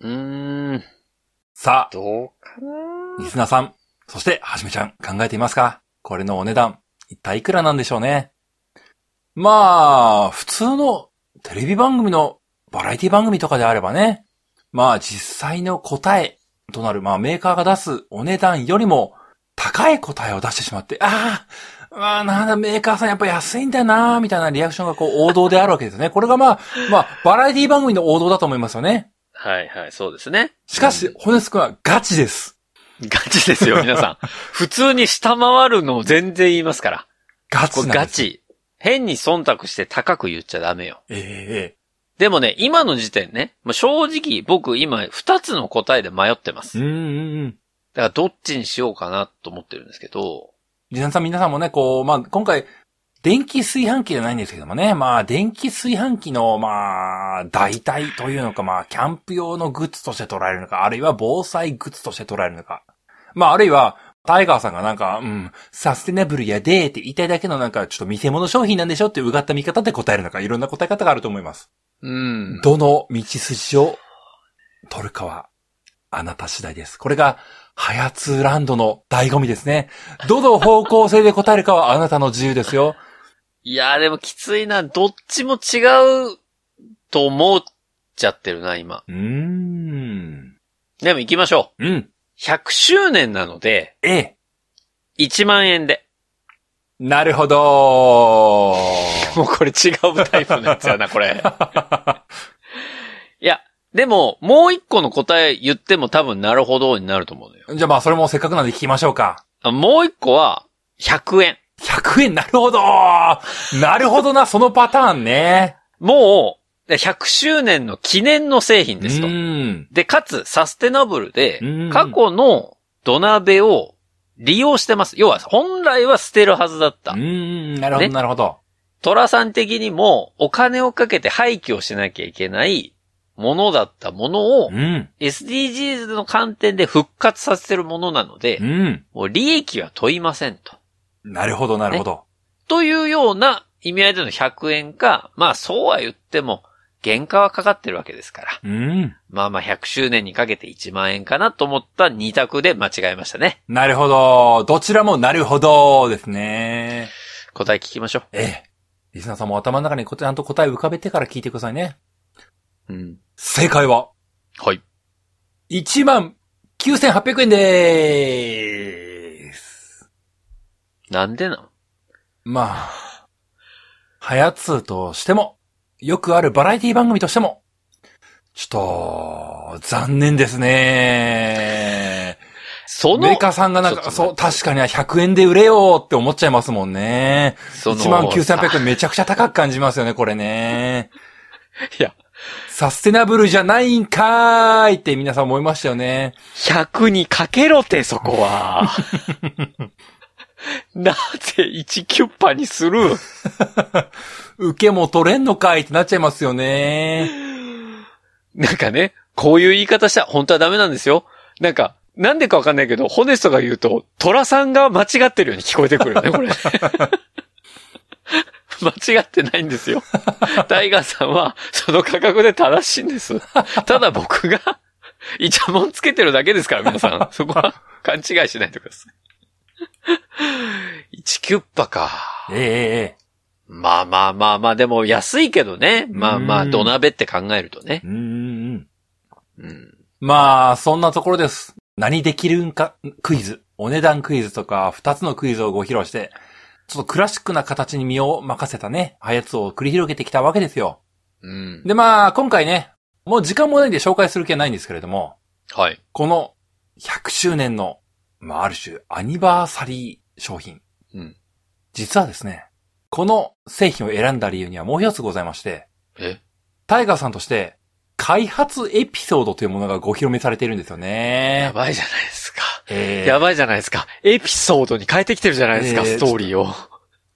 [SPEAKER 1] うーん、
[SPEAKER 2] さあ、
[SPEAKER 1] どうかな
[SPEAKER 2] リスナーさん、そしてはじめちゃん考えていますかこれのお値段、一体いくらなんでしょうねまあ、普通のテレビ番組のバラエティ番組とかであればね、まあ実際の答えとなる、まあメーカーが出すお値段よりも高い答えを出してしまって、ああ、まあなんだメーカーさんやっぱ安いんだよな、みたいなリアクションがこう王道であるわけですね。これがまあ、まあバラエティ番組の王道だと思いますよね。
[SPEAKER 1] はいはい、そうですね。
[SPEAKER 2] しかし、骨すくんはガチです。
[SPEAKER 1] ガチですよ、皆 さん。普通に下回るのを全然言いますから。
[SPEAKER 2] ガチ
[SPEAKER 1] こ
[SPEAKER 2] なん
[SPEAKER 1] れガ。
[SPEAKER 2] です
[SPEAKER 1] チ。変に忖度して高く言っちゃダメよ。
[SPEAKER 2] ええええ
[SPEAKER 1] でもね、今の時点ね、まあ正直僕今二つの答えで迷ってます。
[SPEAKER 2] う
[SPEAKER 1] だ
[SPEAKER 2] んうんうん。
[SPEAKER 1] からどっちにしようかなと思ってるんですけど、
[SPEAKER 2] リナさん皆さんもね、こう、まあ、今回、電気炊飯器じゃないんですけどもね、まあ、電気炊飯器の、まあ、代替というのか、まあ、キャンプ用のグッズとして捉えるのか、あるいは防災グッズとして捉えるのか。まあ、あるいは、タイガーさんがなんか、うん、サステナブルやでーって言いたいだけのなんか、ちょっと見せ物商品なんでしょってうがった見方で答えるのか、いろんな答え方があると思います。
[SPEAKER 1] うん。
[SPEAKER 2] どの道筋を取るかは、あなた次第です。これが、ハヤツーランドの醍醐味ですね。どの方向性で答えるかはあなたの自由ですよ。
[SPEAKER 1] いやーでもきついな、どっちも違うと思っちゃってるな、今。
[SPEAKER 2] うーん。
[SPEAKER 1] でも行きましょう。
[SPEAKER 2] うん。
[SPEAKER 1] 100周年なので、
[SPEAKER 2] ええ。
[SPEAKER 1] 1万円で。
[SPEAKER 2] なるほどー。
[SPEAKER 1] もうこれ違うタイプのやつやな、これ。いや、でも、もう一個の答え言っても多分なるほどになると思うのよ。
[SPEAKER 2] じゃあまあそれもせっかくなんで聞きましょうか。
[SPEAKER 1] あもう一個は、100円。
[SPEAKER 2] 100円、なるほどーなるほどな、そのパターンね。
[SPEAKER 1] もう、100周年の記念の製品
[SPEAKER 2] う
[SPEAKER 1] ですと。
[SPEAKER 2] ーん。
[SPEAKER 1] で、かつ、サステナブルで
[SPEAKER 2] うん、
[SPEAKER 1] 過去の土鍋を利用してます。要は、本来は捨てるはずだっ
[SPEAKER 2] う
[SPEAKER 1] た
[SPEAKER 2] ー。ん、なるほど、
[SPEAKER 1] ね
[SPEAKER 2] なるほど。
[SPEAKER 1] 虎さん的にも、お金をかけて廃棄をしなきゃいけないものだったものを
[SPEAKER 2] う、ん、
[SPEAKER 1] SDGs の観点で復活させてるものなので
[SPEAKER 2] う、ん。
[SPEAKER 1] もう利益は問いませんと。
[SPEAKER 2] なるほど、なるほど。
[SPEAKER 1] というような意味合いでの100円か、まあそうは言っても、原価はかかってるわけですから。
[SPEAKER 2] うん。
[SPEAKER 1] まあまあ100周年にかけて1万円かなと思った2択で間違えましたね。
[SPEAKER 2] なるほど。どちらもなるほどですね。
[SPEAKER 1] 答え聞きましょ
[SPEAKER 2] ええ。リスナーさんも頭の中にこちゃんと答えを浮かべてから聞いてくださいね。
[SPEAKER 1] う。うん。
[SPEAKER 2] 正解は、
[SPEAKER 1] はい。
[SPEAKER 2] 1万9800円でーす。
[SPEAKER 1] なんでなの
[SPEAKER 2] まあ、はやつとしても、よくあるバラエティ番組としても、ちょっと、残念ですね。
[SPEAKER 1] そ
[SPEAKER 2] メ
[SPEAKER 1] の
[SPEAKER 2] ー、カーさんがなんか、
[SPEAKER 1] ちょ
[SPEAKER 2] そ
[SPEAKER 1] っ
[SPEAKER 2] う、確かに100円で売れようって思っちゃいますもんね。
[SPEAKER 1] その、
[SPEAKER 2] 1万9800円めちゃくちゃ高く感じますよね、これね。
[SPEAKER 1] いや、
[SPEAKER 2] サステナブルじゃないんかーいって皆さん思いましたよね。
[SPEAKER 1] 100にかけろって、そこ は。なぜ1キュッパにする
[SPEAKER 2] 受けも取れんのかいってなっちゃいますよね。
[SPEAKER 1] なんかね、こういう言い方したら本当はダメなんですよ。なんか、なんでかわかんないけど、ホネストが言うと、トラさんが間違ってるように聞こえてくるよね、これ。 間違ってないんですよ。タイガーさんは、その価格で正しいんです。ただ僕が、イチャモンつけてるだけですから、皆さん。そこは勘違いしないでください。1キュッパか。
[SPEAKER 2] えええええ
[SPEAKER 1] まあまあまあまあ、でも安いけどね。まあまあ、
[SPEAKER 2] うん
[SPEAKER 1] 土鍋って考えるとね
[SPEAKER 2] え。。うーん。
[SPEAKER 1] うん
[SPEAKER 2] まあ、そんなところです。何できるんか、クイズ。お値段クイズとか、二つのクイズをご披露して、ちょっとクラシックな形に身を任せたね、ハやつを繰り広げてきたわけですよ。
[SPEAKER 1] うん。
[SPEAKER 2] で、まあ、今回ね、もう時間もないんで紹介する気はないんですけれども、
[SPEAKER 1] はい。
[SPEAKER 2] この100周年の、まあ、ある種、アニバーサリー商品。
[SPEAKER 1] うん
[SPEAKER 2] 実はですね、この製品を選んだ理由にはもう一つございまして、
[SPEAKER 1] え
[SPEAKER 2] タイガーさんとして、開発エピソードというものがご披露目されているんですよね。
[SPEAKER 1] やばいじゃないですか。
[SPEAKER 2] えー
[SPEAKER 1] やばいじゃないですか。エピソードに変えてきてるじゃないですか、
[SPEAKER 2] えー
[SPEAKER 1] ストーリーを。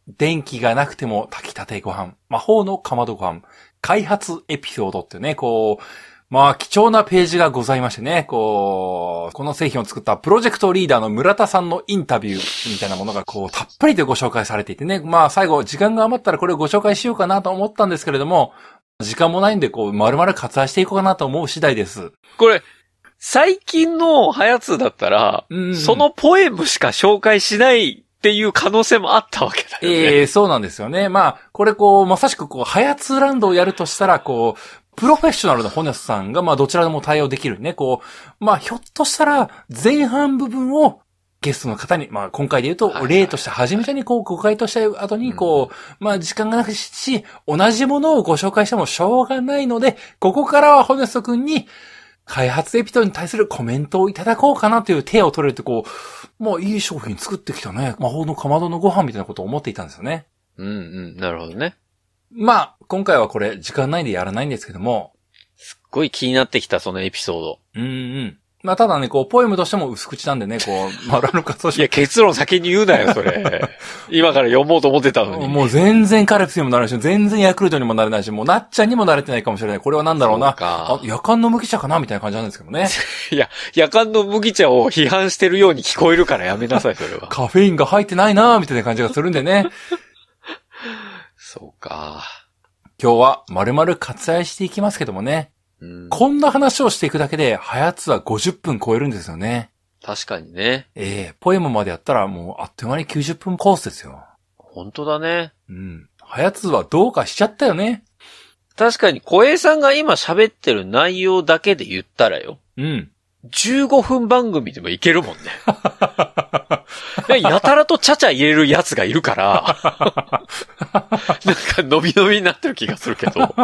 [SPEAKER 2] 電気がなくても炊きたてご飯、魔法のかまどご飯、開発エピソードっていうね、こう、まあ貴重なページがございましてね、こう、この製品を作ったプロジェクトリーダーの村田さんのインタビューみたいなものがこう、たっぷりとご紹介されていてね、まあ最後時間が余ったらこれをご紹介しようかなと思ったんですけれども、時間もないんでこう、丸々割愛していこうかなと思う次第です。
[SPEAKER 1] これ、最近のハヤツだったら、
[SPEAKER 2] うん
[SPEAKER 1] そのポエムしか紹介しないっていう可能性もあったわけだよね。
[SPEAKER 2] ええそうなんですよね。まあ、これこう、まさしくこう、ハヤツーランドをやるとしたら、こう、プロフェッショナルのホネスさんが、まあ、どちらでも対応できるね。こう、まあ、ひょっとしたら、前半部分を、ゲストの方に、まあ、今回で言う
[SPEAKER 1] はいは
[SPEAKER 2] と、
[SPEAKER 1] い
[SPEAKER 2] 例として、初めてにこう、誤解とした後に、こう、まあ、時間がなくし、同じものをご紹介してもしょうがないので、ここからはホネスト君に、開発エピソードに対するコメントをいただこうかなという手を取れると、こう、まあ、いい商品作ってきたね。魔法のかまどのご飯みたいなことを思っていたんですよね。
[SPEAKER 1] うんうん、なるほどね。
[SPEAKER 2] まあ、今回はこれ、時間ないんでやらないんですけども、
[SPEAKER 1] すっごい気になってきた、そのエピソード。
[SPEAKER 2] うんうん。まあ、ただね、こう、ポエムとしても薄口なんでね、こう、 まあ、ラルカソ
[SPEAKER 1] いや、 結論先に言うなよ、そ れ。今から読もうと思ってたのに。
[SPEAKER 2] もう全然カルピスにもならないし、全然ヤクルトにもなれないし、もうなっちゃんにもなれてないかもしれない。これはなんだろう
[SPEAKER 1] そう
[SPEAKER 2] な。あ
[SPEAKER 1] か、。
[SPEAKER 2] 夜間の麦茶かなみたいな感じなんですけどね。
[SPEAKER 1] 夜間の麦茶を批判してるように聞こえるからやめなさい、それは。
[SPEAKER 2] カフェインが入ってないなみたいな感じがするんで ね。
[SPEAKER 1] そうか。
[SPEAKER 2] 今日は丸々割愛していきますけどもね。
[SPEAKER 1] うん、
[SPEAKER 2] こんな話をしていくだけで、ハヤツは50分超えるんですよね。
[SPEAKER 1] 確かにね。
[SPEAKER 2] ええポエムまでやったらもうあっという間に90分コースですよ。
[SPEAKER 1] 本当だね。
[SPEAKER 2] うん。はやつはどうかしちゃったよね。
[SPEAKER 1] 確かに、小江さんが今喋ってる内容だけで言ったらよ。
[SPEAKER 2] うん。
[SPEAKER 1] 15分番組でもいけ るもんね。でやたらとちゃちゃ入れるやつがいるから、 なんか伸び伸びになってる気がするけど。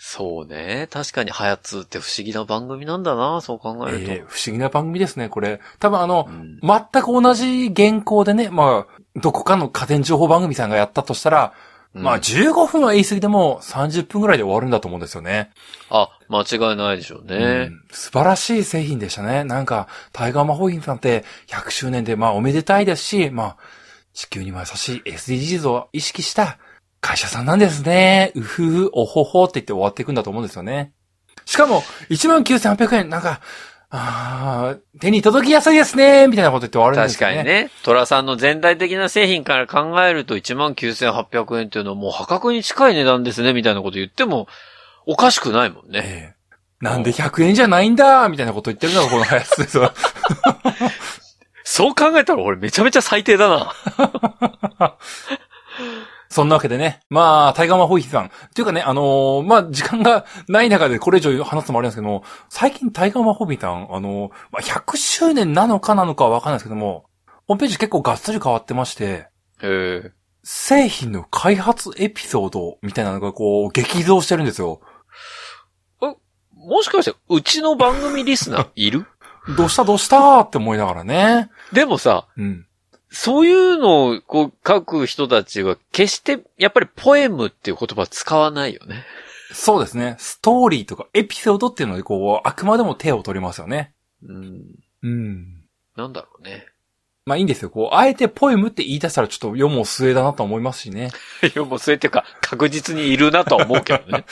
[SPEAKER 1] そうね。確かに、はやつって不思議な番組なんだな、そう考えると。
[SPEAKER 2] えー不思議な番組ですね、これ。多分あの
[SPEAKER 1] う、ん
[SPEAKER 2] 全く同じ原稿でね、まあ、どこかの家電情報番組さんがやったとしたら、まあ
[SPEAKER 1] うん
[SPEAKER 2] 15分は言い過ぎでも30分ぐらいで終わるんだと思うんですよね。
[SPEAKER 1] あ、間違いないでしょうね
[SPEAKER 2] う。ん素晴らしい製品でしたね。なんか、タイガー魔法品さんって100周年でまあおめでたいですし、まあ、地球にも優しい SDGs を意識した会社さんなんですね。うふふ、おほほって言って終わっていくんだと思うんですよね。しかも、19,800円、なんか、あー手に届きやすいですね、みたいなこと言って終わるんで
[SPEAKER 1] 確
[SPEAKER 2] すよ
[SPEAKER 1] か
[SPEAKER 2] ね。
[SPEAKER 1] に。ね。トラさんの全体的な製品から考えると19,800円っていうのはもう破格に近い値段ですね、みたいなこと言ってもおかしくないもんね。
[SPEAKER 2] ええなんで100円じゃないんだみたいなこと言ってるのがこのやつです よ。
[SPEAKER 1] そう考えたら俺めちゃめちゃ最低だな。
[SPEAKER 2] そんなわけでね。まあ、タイガーマンホイヒさん。というかね、あのーまあ、時間がない中でこれ以上話すのもあれなんですけども、最近タイガーマンホイヒさん、あのーまあ、100周年なのかなのかはわかんないですけども、ホームページ結構がっつり変わってまして、
[SPEAKER 1] へえ。
[SPEAKER 2] 製品の開発エピソードみたいなのがこう、激増してるんですよ。
[SPEAKER 1] もしかして、うちの番組リスナーいる
[SPEAKER 2] どうしたどうしたって思いながらね。
[SPEAKER 1] でもさ、
[SPEAKER 2] うん。
[SPEAKER 1] そういうのをこう書く人たちは決してやっぱりポエムっていう言葉使わないよね。
[SPEAKER 2] そうですね。ストーリーとかエピソードっていうのでこう、あくまでも手を取りますよね。
[SPEAKER 1] うん。
[SPEAKER 2] うん。
[SPEAKER 1] なんだろうね。
[SPEAKER 2] まあいいんですよ。こう、あえてポエムって言い出したらちょっと世も末だなと思いますしね。
[SPEAKER 1] いや、もうそれっていうか、確実にいるなとは思うけど ね。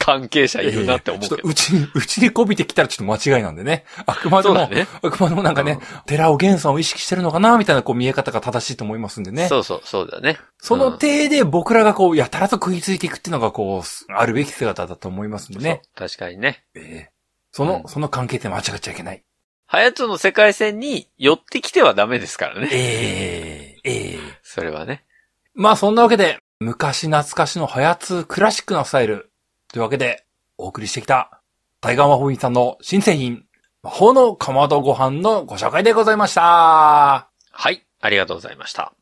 [SPEAKER 1] 関係者いるなって思う
[SPEAKER 2] ちょっ
[SPEAKER 1] け
[SPEAKER 2] と
[SPEAKER 1] ど。
[SPEAKER 2] うちに、 うちにこびてきたらちょっと間違いなんでね。あくまで
[SPEAKER 1] そう
[SPEAKER 2] も、
[SPEAKER 1] だね。
[SPEAKER 2] あくまでもなんか
[SPEAKER 1] う
[SPEAKER 2] ね
[SPEAKER 1] ん、
[SPEAKER 2] 寺尾源さんを意識してるのかなみたいなこう見え方が正しいと思いますんでね。
[SPEAKER 1] そうそう、そうだね。
[SPEAKER 2] その体で僕らがこう、やたらと食いついていくっていうのがこう、あるべき姿だと思いますんでね。
[SPEAKER 1] そう。確かにね。
[SPEAKER 2] ええその、
[SPEAKER 1] うん
[SPEAKER 2] その関係って間違っちゃいけない。
[SPEAKER 1] ハヤトの世界線に寄ってきてはダメですからね。
[SPEAKER 2] ええええ
[SPEAKER 1] それはね。
[SPEAKER 2] まあそんなわけで、昔懐かしのハヤツークラシックなスタイル。というわけで、お送りしてきた、タイガー魔法院さんの新製品、魔法のかまどご飯のご紹介でございました。
[SPEAKER 1] はい。ありがとうございました。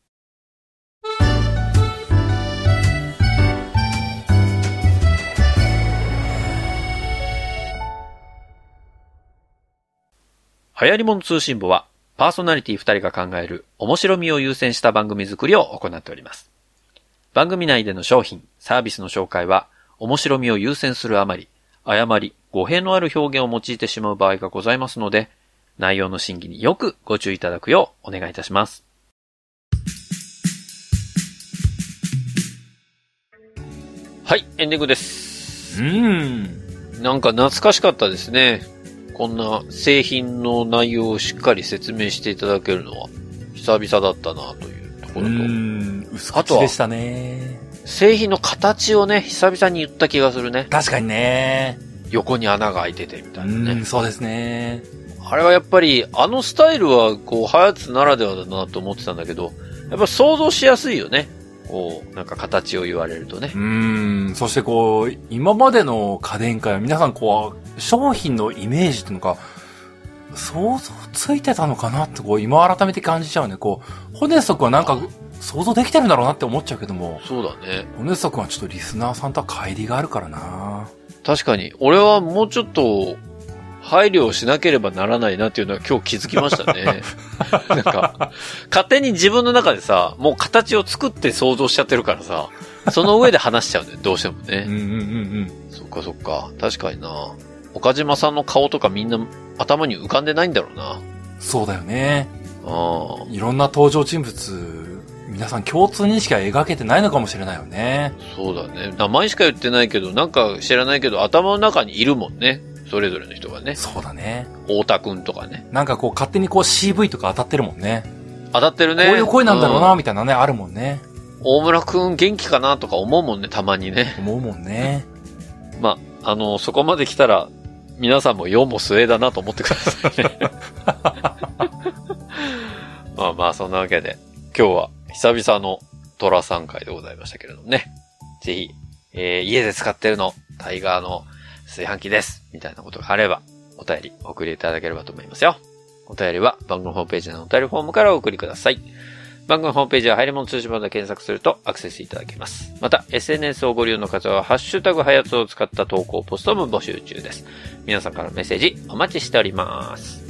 [SPEAKER 1] 流行り物通信部は、パーソナリティ2人が考える面白みを優先した番組作りを行っております。番組内での商品、サービスの紹介は、面白みを優先するあまり、誤り、語弊のある表現を用いてしまう場合がございますので、内容の審議によくご注意いただくようお願いいたします。はい、エンディングです。
[SPEAKER 2] うーん。
[SPEAKER 1] なんか懐かしかったですね。こんな製品の内容をしっかり説明していただけるのは久々だったなというところ
[SPEAKER 2] う
[SPEAKER 1] と、
[SPEAKER 2] ん。薄
[SPEAKER 1] あと
[SPEAKER 2] 口
[SPEAKER 1] は
[SPEAKER 2] でしたね。
[SPEAKER 1] 製品の形をね、久々に言った気がするね。
[SPEAKER 2] 確かにね。
[SPEAKER 1] 横に穴が開いててみたい
[SPEAKER 2] う
[SPEAKER 1] なね
[SPEAKER 2] ん、。そうですね。
[SPEAKER 1] あれはやっぱり、あのスタイルは、こう、ハヤツならではだなと思ってたんだけど、やっぱ想像しやすいよね。こう、なんか形を言われるとね
[SPEAKER 2] う。ーん。そしてこう、今までの家電界は皆さんこう、商品のイメージっていうのか、想像ついてたのかなってこう、今改めて感じちゃうね。こう、ホネスト君はなんか想像できてるんだろうなって思っちゃうけども、
[SPEAKER 1] そうだね。
[SPEAKER 2] ホネスト君はちょっとリスナーさんとは乖離があるからな
[SPEAKER 1] 確かに、俺はもうちょっと、配慮をしなければならないなっていうのは今日気づきました ね。なんか、勝手に自分の中でさ、もう形を作って想像しちゃってるからさ、その上で話しちゃうんだよ、どうしてもね。
[SPEAKER 2] うんうんうん
[SPEAKER 1] そっかそっか。確かにな。岡島さんの顔とかみんな頭に浮かんでないんだろうな。
[SPEAKER 2] うん。そうだよね。
[SPEAKER 1] ああ。
[SPEAKER 2] いろんな登場人物、皆さん共通認識は描けてないのかもしれないよね。
[SPEAKER 1] そうだね。名前しか言ってないけど、なんか知らないけど、頭の中にいるもんね。それぞれの人がね。
[SPEAKER 2] そうだね。
[SPEAKER 1] 太田くんとかね。
[SPEAKER 2] なんかこう勝手にこう CV とか当たってるもんね。
[SPEAKER 1] 当たってるね。
[SPEAKER 2] こういう声なんだろうな、
[SPEAKER 1] ん
[SPEAKER 2] みたいなね、あるもんね。
[SPEAKER 1] 大村くん元気かなとか思うもんね、たまにね。
[SPEAKER 2] 思うもんね。
[SPEAKER 1] まあ、あの、そこまで来たら、皆さんも世も末だなと思ってくださいね。まあまあ、そんなわけで、今日は久々のトラさん会でございましたけれどもね。ぜひ、えー家で使ってるの、タイガーの炊飯器です。みたいなことがあれば、お便りお送りいただければと思いますよ。お便りは番組ホームページのお便りフォームからお送りください。番組ホームページは入り物通信簿で検索するとアクセスいただけます。また、SNS をご利用の方は、ハッシュタグハヤツを使った投稿ポストも募集中です。皆さんからのメッセージお待ちしております。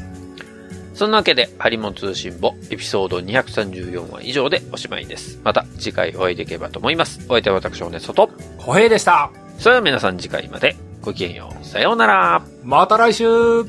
[SPEAKER 1] そんなわけで、ハリモン通信簿エピソード234は以上でおしまいです。また次回お会いできればと思います。お相手は私、おねそと。
[SPEAKER 2] 小平でした。
[SPEAKER 1] それでは皆さん次回までごきげんよう。さようなら。
[SPEAKER 2] また来週